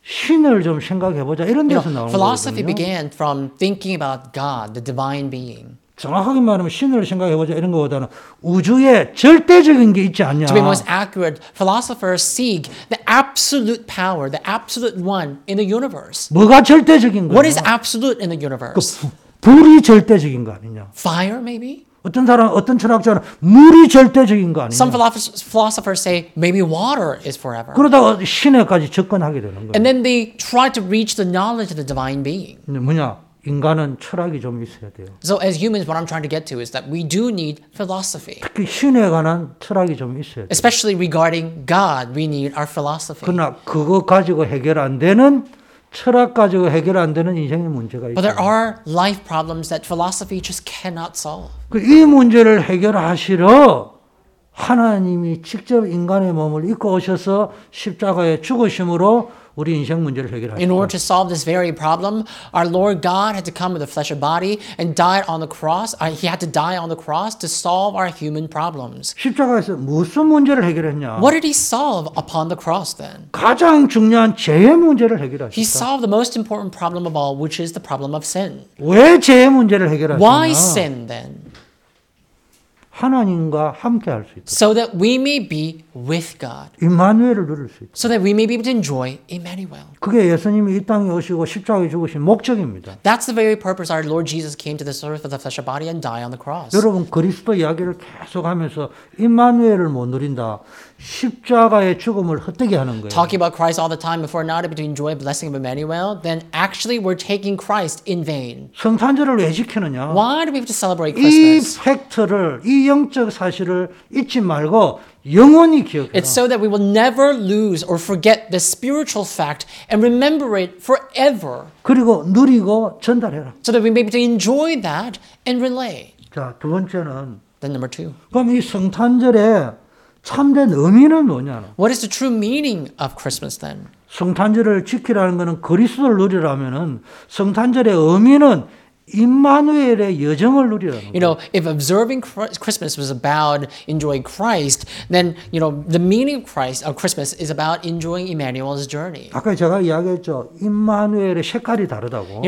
Speaker 2: 신을 좀 생각해 보자
Speaker 1: You
Speaker 2: 이런 데서
Speaker 1: know,
Speaker 2: 나오는
Speaker 1: philosophy
Speaker 2: 거거든요.
Speaker 1: began from thinking about God, the divine being.
Speaker 2: 정확하게 말하면 신을 생각해 보자 이런 거보다는 우주에 절대적인 게 있지 않냐.
Speaker 1: To be most accurate, philosophers seek the absolute power, the absolute one in the universe.
Speaker 2: 뭐가 절대적인 거야?
Speaker 1: What is absolute in the universe?
Speaker 2: 불이 절대적인 거 아니냐?
Speaker 1: Fire, maybe?
Speaker 2: 어떤 사람, 어떤 철학자는 물이 절대적인 거 아니냐?
Speaker 1: Some philosophers philosophers say maybe water is forever.
Speaker 2: 그러다가 신에까지 접근하게 되는 거야.
Speaker 1: And then they try to reach the knowledge of the divine being.
Speaker 2: 근데 뭐냐? 인간은 철학이 좀 있어야 돼요.
Speaker 1: So, as humans, what I'm trying to get to is that we do need philosophy,
Speaker 2: 특히 그 신에 관한 철학이 좀 있어야 돼요.
Speaker 1: especially regarding God. We need our philosophy.
Speaker 2: 그러나 그거 가지고 해결 안 되는 철학 가지고 해결 안 되는 인생의 문제가
Speaker 1: But
Speaker 2: 있어요.
Speaker 1: there are life problems that philosophy just cannot solve.
Speaker 2: 그이 문제를 해결하시러 하나님이 직접 인간의 몸을 입고 오셔서 십자가에 죽으심으로 우리 인생 문제를
Speaker 1: In
Speaker 2: 해결하셨다.
Speaker 1: order to solve this very problem, our Lord God had to come with a flesh and body and died on the cross. Uh, He had to die on the cross to solve our human problems.
Speaker 2: 십자가에서 무슨 문제를 해결했냐?
Speaker 1: What did he solve upon the cross then?
Speaker 2: 가장 중요한 죄의 문제를
Speaker 1: He
Speaker 2: 해결하셨다.
Speaker 1: solved the most important problem of all, which is the problem of sin.
Speaker 2: 왜 죄의 문제를
Speaker 1: Why
Speaker 2: 해결하셨냐?
Speaker 1: sin then?
Speaker 2: 하나님과 함께 할 수 있다.
Speaker 1: So that we may be with God,
Speaker 2: 임마누엘을 누릴 수 있다.
Speaker 1: so that we may be able to enjoy Emmanuel.
Speaker 2: 그게 예수님이 이 땅에 오시고 십자가에 죽으신 목적입니다.
Speaker 1: That's the very purpose our Lord Jesus came to this earth with a flesh and body and die on the cross.
Speaker 2: 여러분 그리스도 이야기를 계속하면서 임마누엘을 못 누린다. 십자가의 죽음을 헛되게 하는 거예요.
Speaker 1: Talking about Christ all the time, if we're not able to enjoy blessing of Emmanuel, then actually we're taking Christ in vain.
Speaker 2: 성탄절을 왜 지키느냐?
Speaker 1: Why do we have to celebrate
Speaker 2: 이
Speaker 1: Christmas?
Speaker 2: 팩트를 이 영적 사실을 잊지 말고 영원히 기억해라.
Speaker 1: It's so that we will never lose or forget this spiritual fact and remember it forever,
Speaker 2: 그리고 누리고 전달해라.
Speaker 1: so that we may be able to enjoy that and relay.
Speaker 2: 자, 두 번째는
Speaker 1: Then number two,
Speaker 2: 그럼 이 성탄절에 참된 의미는 뭐냐?
Speaker 1: what is the true meaning of Christmas then?
Speaker 2: 성탄절을 지키라는 것은 그리스도를 누리라면은 성탄절의 의미는 임마누엘의 여정을 누리라는
Speaker 1: You
Speaker 2: 거예요.
Speaker 1: know, if observing Chri- Christmas was about enjoying Christ, then you know the meaning of Christ of Christmas is about enjoying Emmanuel's journey.
Speaker 2: 아까 제가 이야기했죠. 임마누엘의 색깔이 다르다고.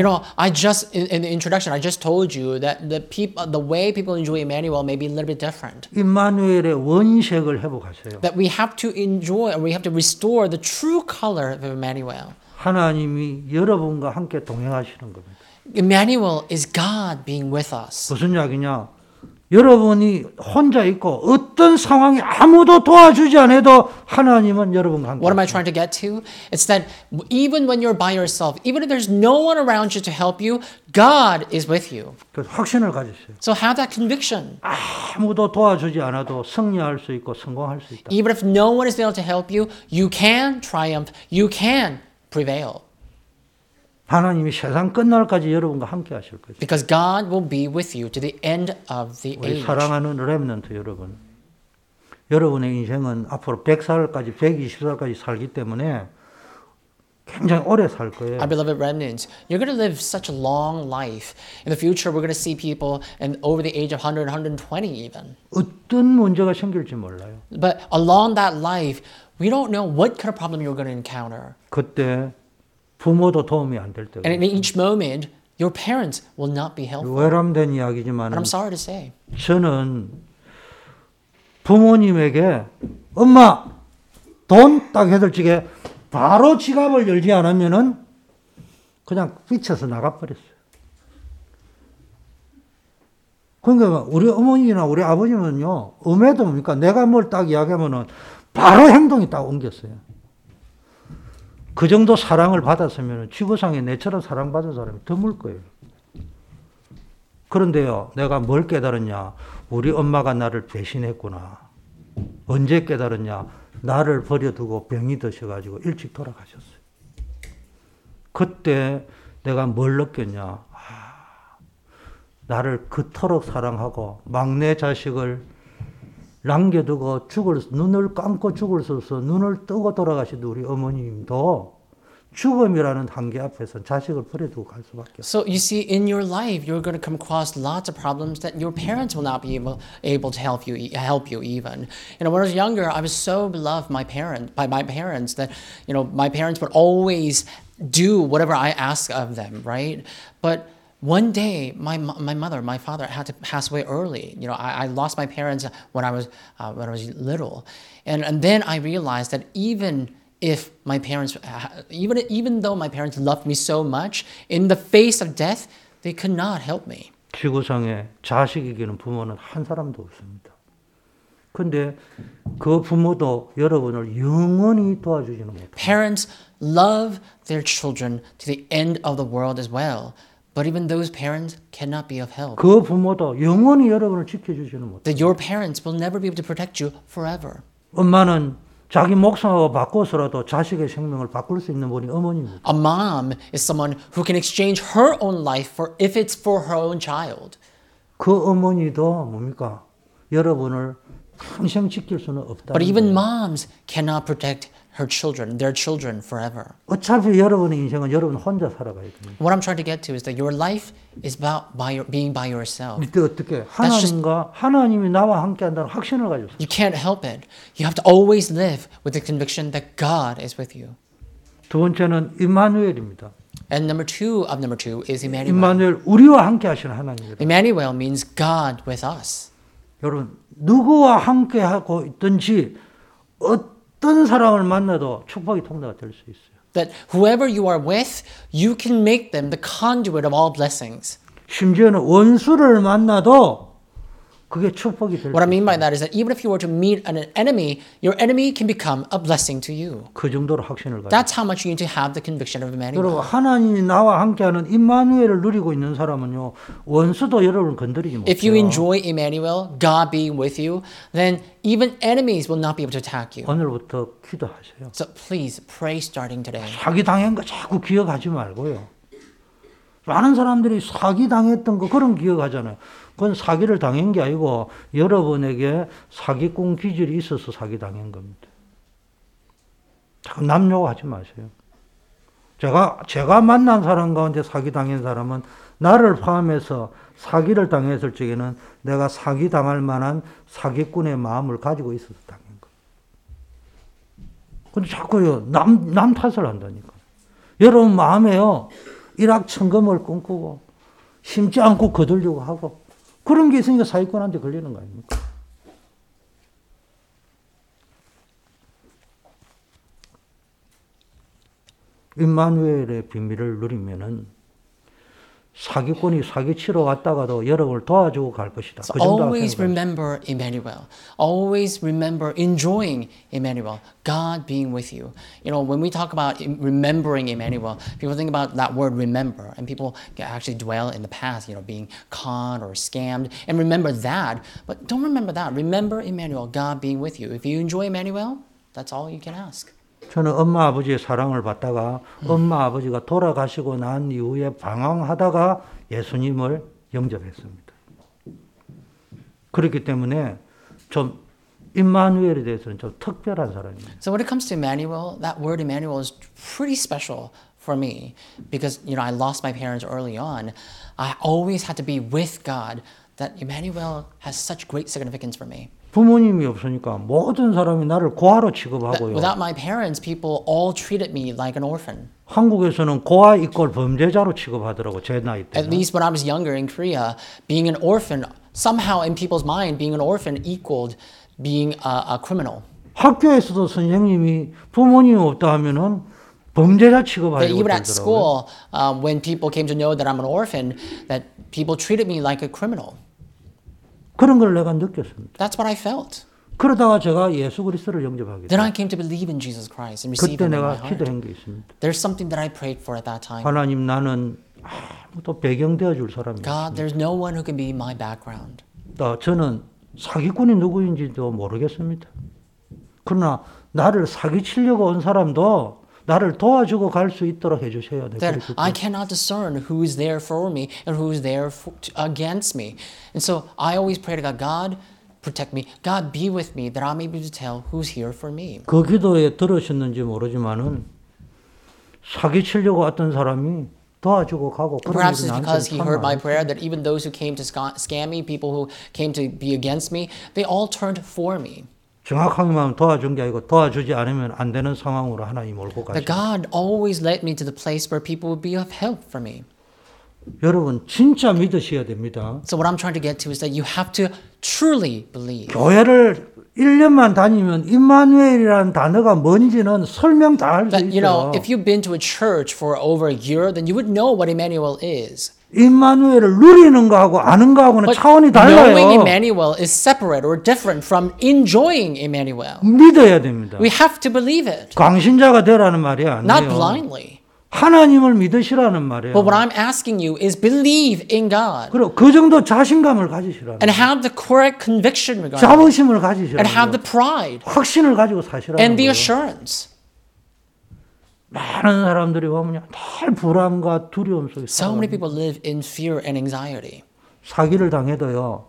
Speaker 1: You know, I just in, in the introduction, I just told you that the people, the way people enjoy Emmanuel may be a little bit different.
Speaker 2: 임마누엘의 원색을 회복하세요.
Speaker 1: That we have to enjoy, or we have to restore the true color of Emmanuel.
Speaker 2: 하나님이 여러분과 함께 동행하시는 겁니다.
Speaker 1: Emmanuel is God being with us.
Speaker 2: 무슨 이야기냐? 여러분이 혼자 있고 어떤 상황이 아무도 도와주지 않아도 하나님은 여러분과 함께.
Speaker 1: What am I trying to get to? It's that even when you're by yourself, even if there's no one around you to help you, God is with you.
Speaker 2: 그래서 확신을 가지세요.
Speaker 1: So have that conviction.
Speaker 2: 아무도 도와주지 않아도 승리할 수 있고 성공할 수 있다.
Speaker 1: Even if no one is able to help you, you can triumph. You can prevail.
Speaker 2: 하나님이 세상 끝날까지 여러분과 함께 하실 거죠.
Speaker 1: because God will be with you to the end of the
Speaker 2: 우리
Speaker 1: age.
Speaker 2: 사랑하는 렘넌트 여러분. 여러분의 인생은 앞으로 100살까지 120살까지 살기 때문에 굉장히 오래 살 거예요.
Speaker 1: Our beloved remnants, you're going to live such a long life. In the future, we're going to see people and over the age of 100, 120 even.
Speaker 2: 어떤 문제가 생길지 몰라요.
Speaker 1: But along that life, we don't know what kind of problem you're going to encounter.
Speaker 2: 그때 부모도 도움이 안 될
Speaker 1: And
Speaker 2: 때고
Speaker 1: in each moment, your parents will not be helpful.
Speaker 2: 외람된
Speaker 1: And
Speaker 2: 이야기지만
Speaker 1: I'm sorry to say,
Speaker 2: 저는 부모님에게 엄마 돈 딱 해들지게 바로 지갑을 열지 않으면은 그냥 삐쳐서 나가버렸어요. 그러니까 우리 어머니나 우리 아버지는요 음에도 뭡니까 내가 뭘 딱 이야기하면은 바로 행동이 딱 옮겼어요. 그 정도 사랑을 받았으면 지구상에 내처럼 사랑받은 사람이 드물 거예요. 그런데요, 내가 뭘 깨달았냐? 우리 엄마가 나를 배신했구나. 언제 깨달았냐? 나를 버려두고 병이 드셔가지고 일찍 돌아가셨어요. 그때 내가 뭘 느꼈냐? 아, 나를 그토록 사랑하고 막내 자식을 남겨두고 죽을 수- 눈을 감고 죽을 수 없어 눈을 뜨고 돌아가신 우리 어머님도 죽음이라는 한계 앞에서 자식을 버려두고 갈 수밖에 없어요.
Speaker 1: so you see, in your life, you're going to come across lots of problems that your parents will not be able, able to help you, e, help you even. You know, when I was younger, I was so beloved my parent, by my parents that, you know, my parents would always do whatever I asked of them, right? But one day, my, mo- my mother, my father had to pass away early. You know, I, I lost my parents when I was, uh, when I was little. And, and then I realized that even if my parents even even though my parents loved me so much in the face of death they could not help me
Speaker 2: 지구상에 자식이기는 부모는 한 사람도 없습니다. 근데 그 부모도 여러분을 영원히 도와주지는 못해요.
Speaker 1: parents love their children to the end of the world as well but even those parents cannot be of help
Speaker 2: 그 부모도 영원히 여러분을 지켜주지는 못해요.
Speaker 1: that your parents will never be able to protect you forever
Speaker 2: 엄마는 자기 목숨하고 바꿔서라도 자식의 생명을 바꿀 수 있는 분이 어머니입니다.
Speaker 1: a mom is someone who can exchange her own life for if it's for her own child
Speaker 2: 그 어머니도 뭡니까? 여러분을 평생 지킬 수는 없다.
Speaker 1: but even moms cannot protect her children their children forever
Speaker 2: 어차피 여러분의 인생은 여러분 혼자 살아가야 됩니다.
Speaker 1: What I'm trying to get to is that your life is about by your, being by yourself.
Speaker 2: 이때 어떻게 하나님과 하나님이 나와 함께한다는 확신을 가지고
Speaker 1: You can't help it. You have to always live with the conviction that God is with you.
Speaker 2: 두 번째는 임마누엘입니다.
Speaker 1: And number two of number two is Emmanuel.
Speaker 2: 임마누엘 예, 우리와 함께 하시는 하나님입니다.
Speaker 1: Emmanuel means God with us.
Speaker 2: 여러분 누구와 함께 하고 있든지 어떤 사람을 만나도 축복이 통로가 될 수 있어요.
Speaker 1: That whoever you are with, you can make them the conduit of all blessings.
Speaker 2: 심지어는 원수를 만나도 그게 축복이 될 수
Speaker 1: What I mean
Speaker 2: 있어요.
Speaker 1: by that is that even if you were to meet an enemy, your enemy can become a blessing to you.
Speaker 2: 그 정도로 확신을 가지고
Speaker 1: That's how much you need to have the conviction of
Speaker 2: 여러분
Speaker 1: Emmanuel.
Speaker 2: 하나님이 나와 함께하는 임마누엘을 누리고 있는 사람은요 원수도 여러분 건드리지
Speaker 1: If you
Speaker 2: 못해요.
Speaker 1: enjoy Emmanuel, God being with you, then even enemies will not be able to attack you.
Speaker 2: 오늘부터 기도하세요.
Speaker 1: So please pray starting today.
Speaker 2: 사기 당한 거 자꾸 기억하지 말고요. 많은 사람들이 사기 당했던 거 그런 기억하잖아요. 그건 사기를 당한 게 아니고 여러분에게 사기꾼 기질이 있어서 사기 당한 겁니다. 자꾸 남용하지 마세요. 제가 제가 만난 사람 가운데 사기 당한 사람은 나를 포함해서 사기를 당했을 적에는 내가 사기 당할 만한 사기꾼의 마음을 가지고 있어서 당한 거예요. 근데 자꾸요 남, 남 탓을 한다니까. 여러분 마음에요 일확천금을 꿈꾸고 심지 않고 거들려고 하고 그런 게 있으니까 사기꾼한테 걸리는 거 아닙니까? 임마누엘의 비밀을 누리면은 사기꾼이 사기치러 왔다가도 여러분을 도와주고 갈 것이다.
Speaker 1: So
Speaker 2: 그 정도
Speaker 1: always
Speaker 2: 생각합니다.
Speaker 1: remember Emmanuel. Always remember enjoying Emmanuel, God being with you. You know, when we talk about em- remembering Emmanuel, people think about that word remember, and people actually dwell in the past, you know, being conned or scammed, and remember that. But don't remember that. Remember Emmanuel, God being with you. If you enjoy Emmanuel, that's all you can ask.
Speaker 2: 저는 엄마 아버지의 사랑을 받다가 엄마 아버지가 돌아가시고 난 이후에 방황하다가 예수님을 영접했습니다. 그렇기 때문에 좀 임마누엘에 대해서는 좀 특별한 사람입니다.
Speaker 1: So when it comes to Emmanuel, that word Emmanuel is pretty special for me because you know I lost my parents early on. I always had to be with God. That Emmanuel has such great significance for me.
Speaker 2: 부모님이 없으니까 모든 사람이 나를 고아로
Speaker 1: That
Speaker 2: 취급하고요.
Speaker 1: without my parents, people all treated me like an orphan.
Speaker 2: 한국에서는 고아 이꼴 범죄자로 취급하더라고 제 나이
Speaker 1: At
Speaker 2: 때는.
Speaker 1: least when I was younger in Korea, being an orphan somehow in people's mind, being an orphan equaled being a, a criminal.
Speaker 2: 학교에서도 선생님이 부모님 없다 하면은 범죄자
Speaker 1: That
Speaker 2: 취급하려고
Speaker 1: even at
Speaker 2: 들더라고요.
Speaker 1: school, um, when people came to know that I'm an orphan, that people treated me like a criminal.
Speaker 2: 그런 걸 내가 느꼈습니다.
Speaker 1: That's what I felt.
Speaker 2: 그러다가 제가 예수 그리스도를 영접하게
Speaker 1: Then
Speaker 2: 됐어요.
Speaker 1: I came to believe in Jesus Christ and receive
Speaker 2: 그때
Speaker 1: Him in my
Speaker 2: 내가
Speaker 1: heart.
Speaker 2: 기도한 게 있습니다.
Speaker 1: There's something that I prayed for at that time.
Speaker 2: 하나님 나는 아무도 배경 되어 줄 사람이야.
Speaker 1: God, there's no one who can be my background.
Speaker 2: 나 저는 사기꾼이 누구인지도 모르겠습니다. 그러나 나를 사기치려고 온 사람도 나를 도와주고 갈 수 있도록 해 주셔야 돼.
Speaker 1: That I cannot discern who is there for me and who is there for, against me. And so I always pray to God, God, protect me. God, be with me that I'm able to tell who's here for me.
Speaker 2: 그 기도에 들으셨는지 모르지만은 사기치려고 왔던 사람이 도와주고 가고 그런
Speaker 1: Perhaps
Speaker 2: 일이
Speaker 1: it's
Speaker 2: 나한테
Speaker 1: because He
Speaker 2: 참
Speaker 1: heard my
Speaker 2: 많아요.
Speaker 1: prayer that even those who came to sca- scam me, people who came to be against me, they all turned for me.
Speaker 2: 정확하게만 도와준 게 아니고 도와주지 않으면 안 되는 상황으로 하나님 몰고 가시.
Speaker 1: That God always led me to the place where people would be of help for me.
Speaker 2: 여러분 진짜 믿으셔야 됩니다.
Speaker 1: So what I'm trying to get to is that you have to truly believe.
Speaker 2: 교회를 1년만 다니면 임마누엘이라는 단어가 뭔지는 설명 다 할 수
Speaker 1: That you know,
Speaker 2: 있어요.
Speaker 1: if you've been to a church for over a year, then you would know what Emmanuel is.
Speaker 2: 임마누엘을 누리는 거하고 아는 거하고는 차원이
Speaker 1: knowing
Speaker 2: 달라요.
Speaker 1: Emmanuel is separate or different from enjoying Emmanuel.
Speaker 2: 믿어야 됩니다.
Speaker 1: We have to believe it,
Speaker 2: 광신자가 되라는 말이
Speaker 1: not
Speaker 2: 아니에요.
Speaker 1: blindly.
Speaker 2: 하나님을 믿으시라는 말이에요.
Speaker 1: But what I'm asking you is believe in God
Speaker 2: 그리고 그 정도 자신감을 가지시라는
Speaker 1: and
Speaker 2: 거예요.
Speaker 1: have the correct conviction regarding it,
Speaker 2: 자부심을
Speaker 1: and
Speaker 2: 가지시라는
Speaker 1: have the
Speaker 2: 거예요.
Speaker 1: pride
Speaker 2: 확신을 가지고 사시라는
Speaker 1: and the
Speaker 2: 거예요.
Speaker 1: assurance.
Speaker 2: 많은 사람들이 보면 늘 불안과 두려움 속에
Speaker 1: So
Speaker 2: 살아요.
Speaker 1: many people live in fear and anxiety.
Speaker 2: 사기를 당해도요.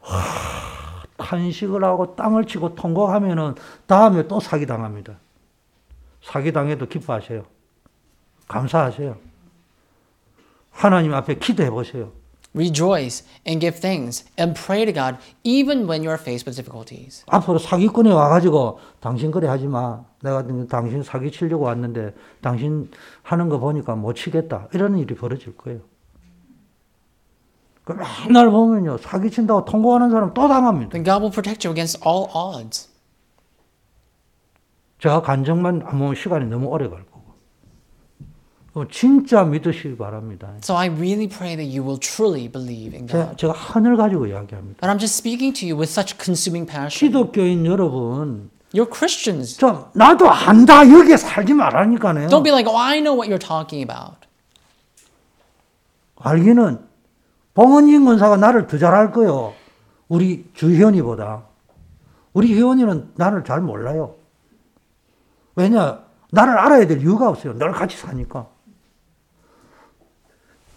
Speaker 2: 하, 탄식을 하고 땅을 치고 통곡하면은 다음에 또 사기 당합니다. 사기 당해도 기뻐하세요. 감사하세요. 하나님 앞에 기도해 보세요.
Speaker 1: Rejoice and give thanks and pray to God even when you are faced with difficulties.
Speaker 2: 앞으로 사기꾼이 와가지고 당신 그래 하지 마. 내가 당신 사기 치려고 왔는데 당신 하는 거 보니까 못 치겠다. 이런 일이 벌어질 거예요. 그 맨날 보면요. 사기 친다고 통곡하는 사람 또 당합니다.
Speaker 1: Then God will protect you against all odds.
Speaker 2: 제가 간증만 안 보면 시간이 너무 오래 갈 거고. 어, 진짜 믿으시기 바랍니다.
Speaker 1: So I really pray that you will truly believe in
Speaker 2: 제가,
Speaker 1: God.
Speaker 2: 제가 하늘 가지고 이야기합니다.
Speaker 1: And I'm just speaking to you with such consuming passion.
Speaker 2: 기독교인 여러분,
Speaker 1: You're Christians.
Speaker 2: 좀 나도 안다 여기에 살지 말라니까요.
Speaker 1: Don't be like, oh, I know what you're talking about.
Speaker 2: 알기는 봉은진 권사가 나를 더 잘 알 거요. 우리 주현이보다. 우리 회원이는 나를 잘 몰라요. 왜냐? 나를 알아야 될 이유가 없어요. 늘 같이 사니까.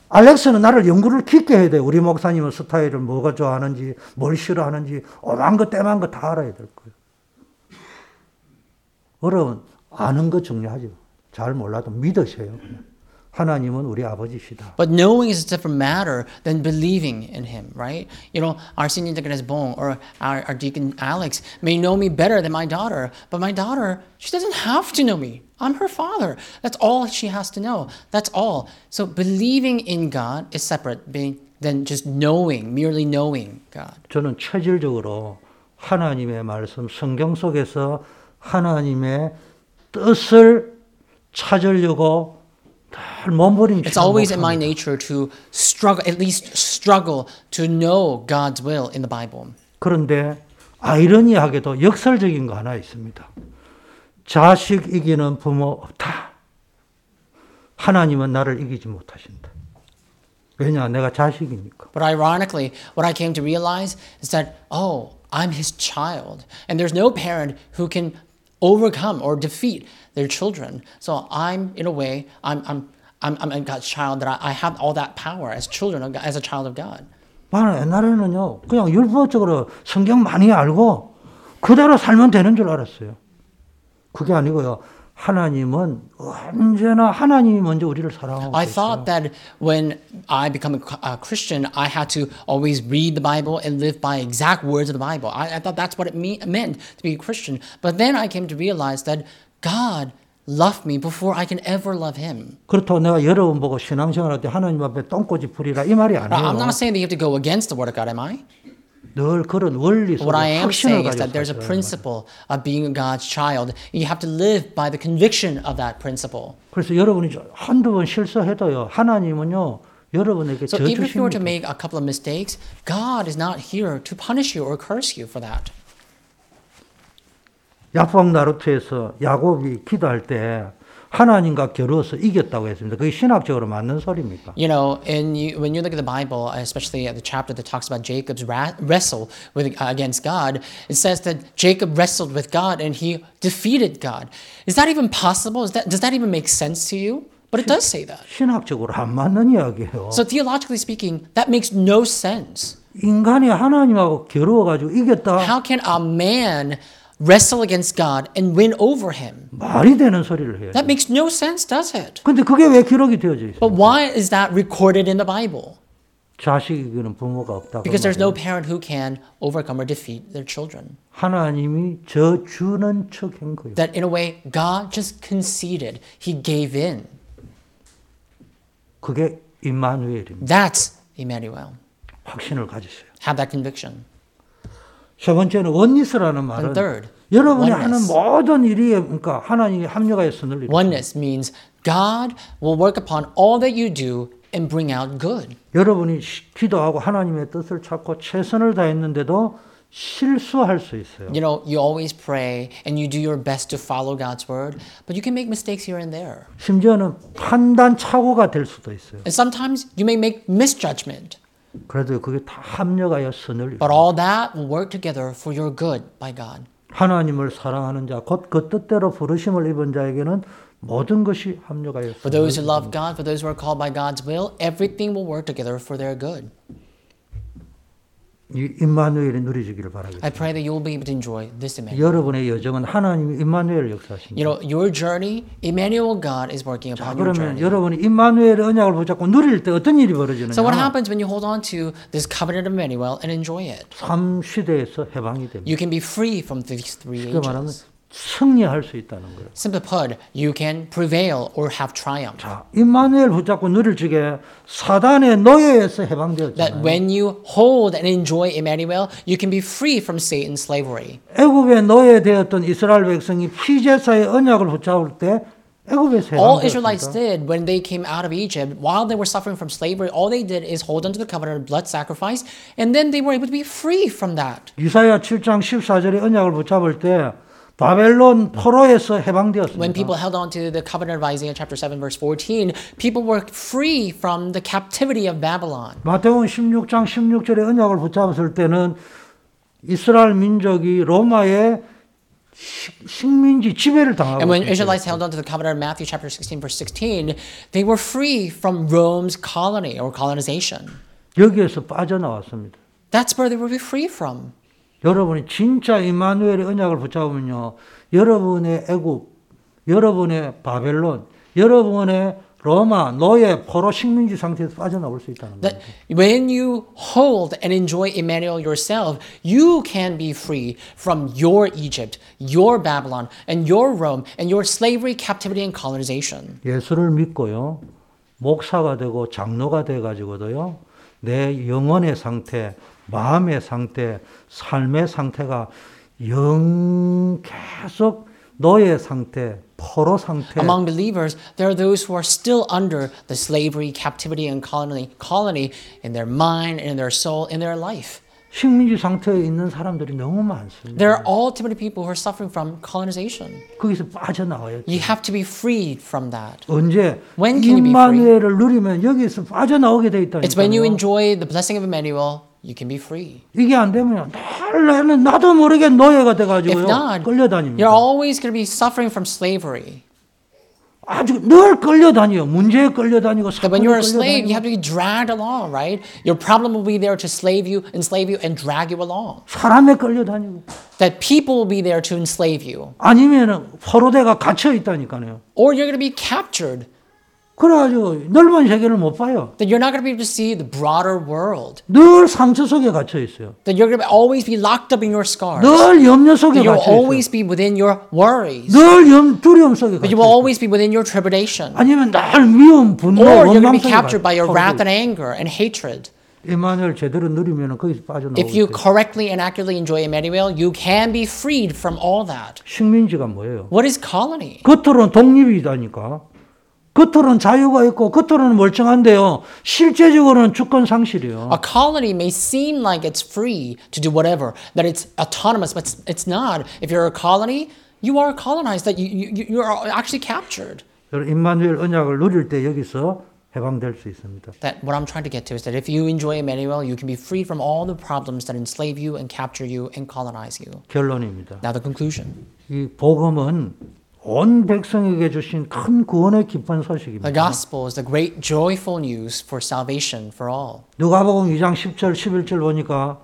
Speaker 2: 알렉스는 나를 연구를 깊게 해야 돼요. 우리 목사님은 스타일을 뭐가 좋아하는지, 뭘 싫어하는지, 오만 거, 때만 거 다 알아야 될 거예요. 여러분, 아는 거 중요하죠. 잘 몰라도 믿으세요. 그냥. 하나님은 우리 아버지시다.
Speaker 1: But knowing is a different matter than believing in Him, right? You know, our senior deaconess Bong or our, our deacon Alex may know me better than my daughter, but my daughter, she doesn't have to know me. I'm her father. That's all she has to know. That's all. So believing in God is separate being, than just knowing, merely knowing God.
Speaker 2: 저는 체질적으로 하나님의 말씀, 성경 속에서 하나님의 뜻을 찾으려고 늘
Speaker 1: It's
Speaker 2: 몸부림치고
Speaker 1: always in my nature to struggle, at least struggle to know God's will in the Bible.
Speaker 2: 그런데 아이러니하게도 역설적인 거 하나 있습니다. 자식 이기는 부모 없다. 하나님은 나를 이기지 못하신다. 왜냐? 내가 자식이니까.
Speaker 1: But ironically, what I came to realize is that, oh, I'm his child. And there's no parent who can overcome or defeat their children. So I'm, in a way, I'm, I'm, I'm, I'm God's child that I, I have all that power as children, of God, as a child of God.
Speaker 2: 나는 옛날에는요, 그냥 율법적으로 성경 많이 알고 그대로 살면 되는 줄 알았어요. 그게 아니고요. 하나님은 언제나 하나님이 먼저 우리를 사랑하고
Speaker 1: I
Speaker 2: 계세요.
Speaker 1: thought that when I become a Ch- a Christian, I had to always read the Bible and live by exact words of the Bible. I, I thought that's what it mean, meant to be a Christian. But then I came to realize that God loved me before I can ever love Him.
Speaker 2: 그렇다고 내가 여러분 보고 신앙생활할 때 하나님 앞에 똥꼬지 부리라 이 말이
Speaker 1: Now, I'm
Speaker 2: 아니에요.
Speaker 1: not saying that you have to go against the Word of God, am I?
Speaker 2: 늘 그런 원리 속에
Speaker 1: What I am
Speaker 2: 확신을
Speaker 1: saying is
Speaker 2: 가지고
Speaker 1: that there's a
Speaker 2: 살아요.
Speaker 1: principle of being God's child. You have to live by the conviction of that principle.
Speaker 2: 그래서 여러분이 한두 번 실수해도요. 하나님은요. 여러분에게
Speaker 1: So even if you were to
Speaker 2: 저주십니다.
Speaker 1: make a couple of mistakes, God is not here to punish you or curse you for that.
Speaker 2: 야포왕 나루토에서 야곱이 기도할 때 하나님과 겨루어서 이겼다고 했습니다. 그게 신학적으로 맞는 소리입니까?
Speaker 1: You know, and you, when you look at the Bible, especially at the chapter that talks about Jacob's ra- wrestle with uh, against God, it says that Jacob wrestled with God and he defeated God. Is that even possible? Is that does that even make sense to you? But it does say that.
Speaker 2: 신학적으로 안 맞는 이야기예요.
Speaker 1: So theologically speaking, that makes no sense.
Speaker 2: 인간이 하나님하고 겨루어가지고 이겼다
Speaker 1: How can a man wrestle against God and win over him?
Speaker 2: 말이 되는 소리를 해요.
Speaker 1: That makes no sense, does it?
Speaker 2: 근데 그게 왜 기록이 되어져 있어요?
Speaker 1: But why is that recorded in the Bible?
Speaker 2: 자식에게는 부모가 없다. 그
Speaker 1: Because there's no
Speaker 2: 말이에요.
Speaker 1: parent who can overcome or defeat their children.
Speaker 2: 하나님이 저 주는 척한 거예요.
Speaker 1: That in a way, God just conceded, He gave in.
Speaker 2: 그게 임마누엘입니다.
Speaker 1: That's Emmanuel.
Speaker 2: 확신을 가지세요.
Speaker 1: Have that conviction.
Speaker 2: 세 번째는 원리스라는 말은
Speaker 1: And third,
Speaker 2: 여러분이 하는
Speaker 1: oneness.
Speaker 2: 모든 일이 그러니까 하나님이 합력하여 선을 이루고
Speaker 1: Oneness means God will work upon all that you do and bring out good.
Speaker 2: 여러분이 시- 기도하고 하나님의 뜻을 찾고 최선을 다했는데도 실수할 수 있어요.
Speaker 1: You know, you always pray and you do your best to follow God's word, but you can make mistakes here and there.
Speaker 2: 심지어는 판단 착오가 될 수도 있어요.
Speaker 1: And sometimes you may make misjudgment,
Speaker 2: 그래도 그게 다 합력하여 선을 이루고
Speaker 1: but all that will work together for your good by God.
Speaker 2: 하나님을 사랑하는 자, 곧 그 뜻대로 부르심을 입은 자에게는 모든 것이 합력하여
Speaker 1: For
Speaker 2: 선을
Speaker 1: those who love God, for those who are called by God's will, everything will work together for their good.
Speaker 2: 이 임마누엘이 누리시기를 바라겠습니다.
Speaker 1: I pray that you will be able to enjoy this Emmanuel.
Speaker 2: 여러분의 여정은 하나님이 임마누엘 역사하십니다.
Speaker 1: You know, your journey, Emmanuel God is working
Speaker 2: 자,
Speaker 1: upon your
Speaker 2: 그러면
Speaker 1: journey.
Speaker 2: 여러분이 임마누엘의 언약을 붙잡고 누릴 때 어떤 일이
Speaker 1: So what
Speaker 2: 벌어지느냐?
Speaker 1: happens when you hold on to this covenant of Emmanuel and enjoy it?
Speaker 2: 삼 시대에서 해방이 됩니다.
Speaker 1: You can be free from these three
Speaker 2: 쉽게 말하면
Speaker 1: angels.
Speaker 2: 승리할 수 있다는 거예요.
Speaker 1: Simply put, you can prevail or have triumph.
Speaker 2: 자, 임마누엘 붙잡고 누릴 적에 사단의 노예에서
Speaker 1: That
Speaker 2: 해방되었잖아요.
Speaker 1: when you hold and enjoy Emmanuel, you can be free from Satan's slavery.
Speaker 2: 애굽의 노예되었던 이스라엘 백성이 피제사의 언약을 붙잡을 때 애굽에서
Speaker 1: All Israelites
Speaker 2: 해방되었습니다.
Speaker 1: did when they came out of Egypt, while they were suffering from slavery, all they did is hold onto the covenant of blood sacrifice, and then they were able to be free from that.
Speaker 2: 이사야 7장 14절의 언약을 붙잡을 때 바벨론 포로에서
Speaker 1: When
Speaker 2: 해방되었습니다.
Speaker 1: people held on to the covenant of Isaiah chapter 7, verse 14, people were free from the captivity of Babylon.
Speaker 2: 마태복음 16장 16절의 언약을 붙잡았을 때는 이스라엘 민족이 로마의 식- 식민지 지배를
Speaker 1: And
Speaker 2: 당하고
Speaker 1: when
Speaker 2: 있습니다.
Speaker 1: Israelites held on to the covenant of Matthew chapter 16, verse 16, they were free from Rome's colony or colonization.
Speaker 2: 여기에서 빠져나왔습니다.
Speaker 1: That's where they would be free from.
Speaker 2: 여러분이 진짜 이마누엘의 언약을 붙잡으면요. 여러분의 애굽, 여러분의 바벨론, 여러분의 로마, 노예, 포로 식민지 상태에서 빠져나올 수 있다는 거예요.
Speaker 1: That when you hold and enjoy Emmanuel yourself, you can be free from your Egypt, your Babylon, and your Rome, and your slavery, captivity, and colonization.
Speaker 2: 예수를 믿고요. 목사가 되고 장로가 돼 가지고도요. 내 영혼의 상태, 마음의 상태, 삶의 상태가 영 계속 노예 상태, 포로 상태,
Speaker 1: Among believers, there are those who are still under the slavery, captivity, and colony, colony in their mind, in their soul, in their life.
Speaker 2: 식민지 상태에 있는 사람들이 너무 많습니다.
Speaker 1: There are all too many people who are suffering from colonization.
Speaker 2: 거기서 빠져나와야 돼.
Speaker 1: You have to be freed from that.
Speaker 2: 언제
Speaker 1: When can you be free?
Speaker 2: 임마누엘을 누리면 여기서 빠져나오게 돼 있다니까.
Speaker 1: It's when you enjoy the blessing of Emmanuel you can be free.
Speaker 2: 이게 안 되면 날 나는 나도 모르게 노예가
Speaker 1: If
Speaker 2: 돼가지고요
Speaker 1: not,
Speaker 2: 끌려다닙니다.
Speaker 1: you're always going to be suffering from slavery.
Speaker 2: 아주 늘 끌려다녀요. 문제에 끌려다니고
Speaker 1: That
Speaker 2: 사건에
Speaker 1: when you're a
Speaker 2: 끌려다니고
Speaker 1: slave, you have to be dragged along, right? Your problem will be there to slave you, enslave you, and drag you along.
Speaker 2: 사람에 끌려다니고
Speaker 1: That people will be there to enslave you.
Speaker 2: 아니면은 포로대가 갇혀 있다니까요.
Speaker 1: Or you're going to be captured.
Speaker 2: 그래가지고 넓은 세계를 못 봐요.
Speaker 1: That you're not going to be able to see the broader world.
Speaker 2: 늘 상처 속에 갇혀 있어요.
Speaker 1: That you're going to always be locked up in your scars.
Speaker 2: 늘 염려 속에
Speaker 1: That you'll
Speaker 2: 갇혀 있어요.
Speaker 1: always be within your worries.
Speaker 2: 늘 염, 두려움 속에 갇혀
Speaker 1: That you will
Speaker 2: 있어요.
Speaker 1: always be within your tribulation.
Speaker 2: 아니면 늘 미움, 분노,
Speaker 1: Or you're going to
Speaker 2: 원망
Speaker 1: be
Speaker 2: 속에
Speaker 1: captured by your wrath and
Speaker 2: 갇혀
Speaker 1: anger and hatred.
Speaker 2: 이만을 제대로 누리면 거기서 빠져나오고
Speaker 1: If you
Speaker 2: 있어요.
Speaker 1: correctly and accurately enjoy Emmanuel, you can be freed from all that.
Speaker 2: 식민지가 뭐예요?
Speaker 1: What is colony?
Speaker 2: 겉으로는 독립이다니까. 겉으로는 자유가 있고 겉으로는 멀쩡한데요. 실제적으로는 주권 상실이에요.
Speaker 1: A colony may seem like it's free to do whatever, that it's autonomous, but it's- it's not. If you're a colony, you are colonized, that you, you, you are actually captured.
Speaker 2: 여러분 임마누엘 언약을 누릴 때 여기서 해방될 수 있습니다.
Speaker 1: That what I'm trying to get to is that if you enjoy Emmanuel, you can be free from all the problems that enslave you and capture you and colonize you.
Speaker 2: 결론입니다.
Speaker 1: Now the conclusion.
Speaker 2: 이 복음은 온 백성에게 주신 큰 구원의 기쁜
Speaker 1: The
Speaker 2: 소식입니다.
Speaker 1: gospel is the great joyful news for salvation for all.
Speaker 2: 누가복음 2장 10절 11절 보니까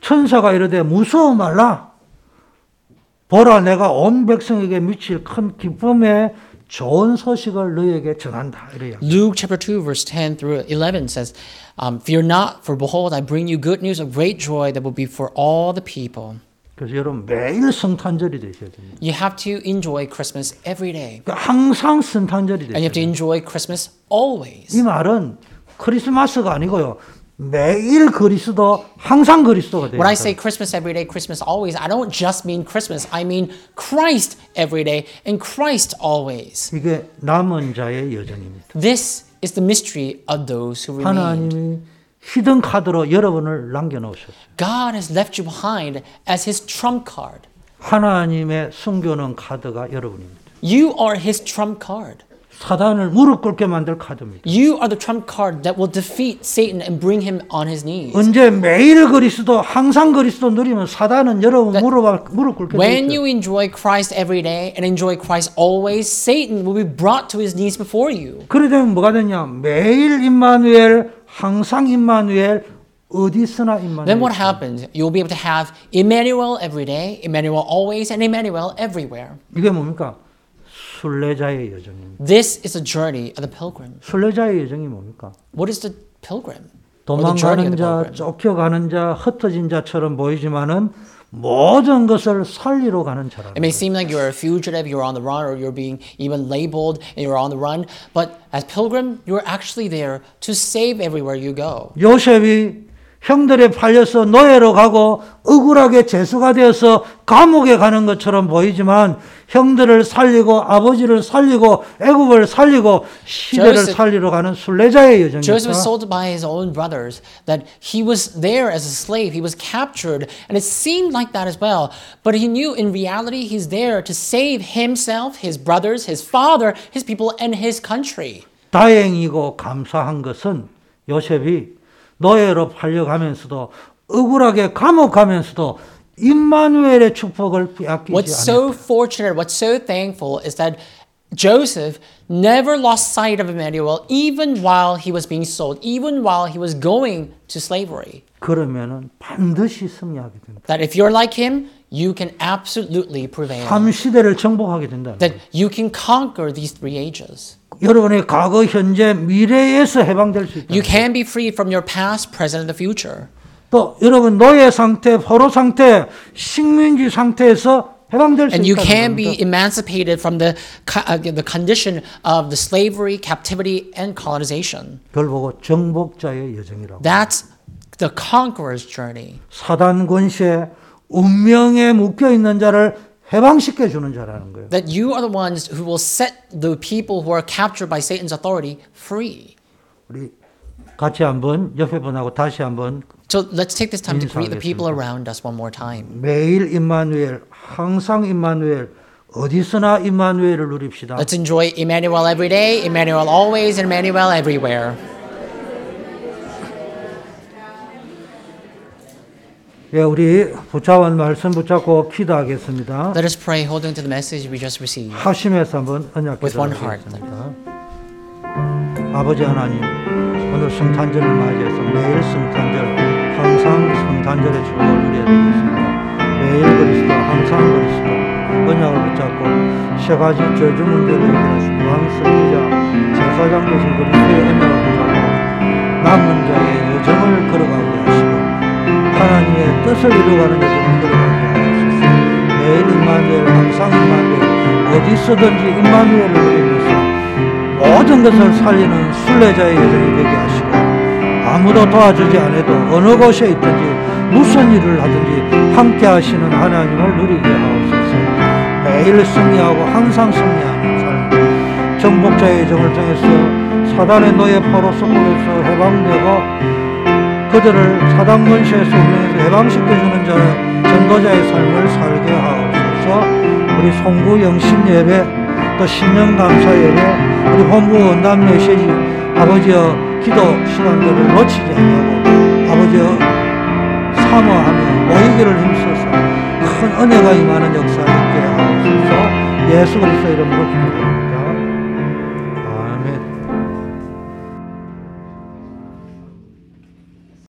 Speaker 2: 천사가 이르되 무서워 말라 보라 내가 온 백성에게 미칠 큰 기쁨의 좋은 소식을 너희에게 전한다 이래요.
Speaker 1: Luke chapter 2, verse 10 through 11 says, um, Fear not, for behold, I bring you good news of great joy that will be for all the people.
Speaker 2: 그래서 여러분 매일 성탄절이 되셔야 됩니다.
Speaker 1: You have to enjoy Christmas every day,
Speaker 2: 그러니까 항상 성탄절이
Speaker 1: and you
Speaker 2: 되셔야
Speaker 1: have to
Speaker 2: 됩니다.
Speaker 1: enjoy Christmas
Speaker 2: 이
Speaker 1: always.
Speaker 2: 말은 크리스마스가 아니고요. 매일 그리스도 항상 그리스도가 돼요.
Speaker 1: When I say Christmas every day, Christmas always, I don't just mean Christmas. I mean Christ every day and Christ always.
Speaker 2: 이게 남은 자의 여정입니다.
Speaker 1: This is the mystery of those who remain.
Speaker 2: 하나님이 히든 카드로 여러분을 남겨놓으셨어요.
Speaker 1: God has left you behind as his trump card.
Speaker 2: 하나님의 숨겨놓은 카드가 여러분입니다.
Speaker 1: You are his trump card.
Speaker 2: 사단을 무릎 꿇게 만들 카드입니다.
Speaker 1: You are the trump card that will defeat Satan and bring him on his knees.
Speaker 2: 언제 매일 그리스도 항상 그리스도 누리면 사단은 여러분 무릎 앞- 무릎 꿇게
Speaker 1: 그러니까 When
Speaker 2: 되죠.
Speaker 1: you enjoy Christ every day and enjoy Christ always, Satan will be brought to his knees before you.
Speaker 2: 그래 되면 뭐가 되냐? 매일 임마누엘, 항상 임마누엘, 어디서나
Speaker 1: Then
Speaker 2: 임마누엘.
Speaker 1: what happens? You'll be able to have Emmanuel every day, Emmanuel always, and Emmanuel everywhere.
Speaker 2: 이게 뭡니까? 순례자의 여정입니다.
Speaker 1: This is the journey of the pilgrim.
Speaker 2: 순례자의 여정이 뭡니까?
Speaker 1: What is the pilgrim? Or the journey of the
Speaker 2: 도망가는 자,
Speaker 1: pilgrim.
Speaker 2: 쫓겨가는 자, 흩어진 자처럼 보이지만은 모든 것을 살리러 가는 자라.
Speaker 1: It may seem like you're a fugitive, you're on the run, or you're being even labeled and you're on the run, but as pilgrim, you're actually there to save everywhere you go.
Speaker 2: 요셉이 형들에 팔려서 노예로 가고 억울하게 재수가 되어서 감옥에 가는 것처럼 보이지만 형들을 살리고 아버지를 살리고 애굽을 살리고 시대를
Speaker 1: Joseph-
Speaker 2: 살리러 가는 순례자의
Speaker 1: Joseph
Speaker 2: 여정이었다.
Speaker 1: was sold by his own brothers, that he was there as a slave, he was captured, and it seemed like that as well. But he knew in reality he's there to save himself, his brothers, his father, his people, and his country.
Speaker 2: 다행이고 감사한 것은 요셉이 노예로 팔려가면서도 억울하게 감옥 가면서도 임마누엘의 축복을
Speaker 1: What's
Speaker 2: 빼앗기지 않았다.
Speaker 1: so fortunate, what's so thankful is that Joseph never lost sight of Emmanuel even while he was being sold, even while he was going to slavery.
Speaker 2: 그러면은 반드시 승리하게 된다.
Speaker 1: That if you're like him, you can absolutely prevail.
Speaker 2: 한 시대를 정복하게 된다.
Speaker 1: That you can conquer these three ages.
Speaker 2: 여러분의 과거, 현재, 미래에서 해방될 수 있다.
Speaker 1: You can be free from your past, present, and the future.
Speaker 2: 또 여러분 노예 상태, 포로 상태, 식민지 상태에서 해방될 수
Speaker 1: And you
Speaker 2: 있다.
Speaker 1: can be emancipated from the, co- uh, the condition of the slavery, captivity, and colonization.
Speaker 2: 그걸 보고 정복자의 여정이라고.
Speaker 1: That's the conqueror's journey.
Speaker 2: 사단 권세, 운명에 묶여 있는 자를 해방시켜 주는 자라는 거예요.
Speaker 1: That you are the ones who will set the people who are captured by Satan's authority free.
Speaker 2: 우리 같이 한번 옆에 분하고 다시 한번
Speaker 1: So let's take this time to greet the people around us one more time.
Speaker 2: 매일 임마누엘, 항상 임마누엘, 어디서나 임마누엘을 누립시다.
Speaker 1: Let's enjoy Emmanuel every day, Emmanuel always, and Emmanuel everywhere.
Speaker 2: 예, 우리 붙잡은 말씀 붙잡고 기도하겠습니다.
Speaker 1: Let us pray, holding to the message we just received.
Speaker 2: 합심해서 한번 언약
Speaker 1: With one heart.
Speaker 2: 기도하겠습니다. 아버지 하나님, 오늘 성탄절을 맞이해서 매일 성탄절, 항상 성탄절의 축복을 누려야 되겠습니다. 매일 그리스도, 항상 그리스도, 언약을 붙잡고 세 가지 저주 문제를 해결하신 왕성기자, 제사장 되신 그리스도의 언약을 붙잡고 남은 자의 여정을 걸어가게 하시고 하나님의 뜻을 이루어가는 여정을 걸어가게 하소서. 매일 임마누엘 항상 임마누엘 어디서든지 임마누엘을 그리면서 모든 것을 살리는 순례자의 여정이 되게 하시고 아무도 도와주지 않아도 어느 곳에 있든지 무슨 일을 하든지 함께 하시는 하나님을 누리게 하옵소서 매일 승리하고 항상 승리하는 삶 정복자의 여정을 통해서 사단의 노예 포로서 보내서 해방되고 그들을 사단 권세에서 우리에서 해방시켜주는 자 전도자의 삶을 살게 하옵소서 우리 송구 영신 예배 또 신령 감사 예배 우리 본부 원단 메시지 아버지의 기도 시간들을 놓치지 않고 아버지의 사모하며 모이기를 힘써서 큰 은혜가 임하는 역사 있게 하옵소서 예수 그리스도 이름으로 기도합니다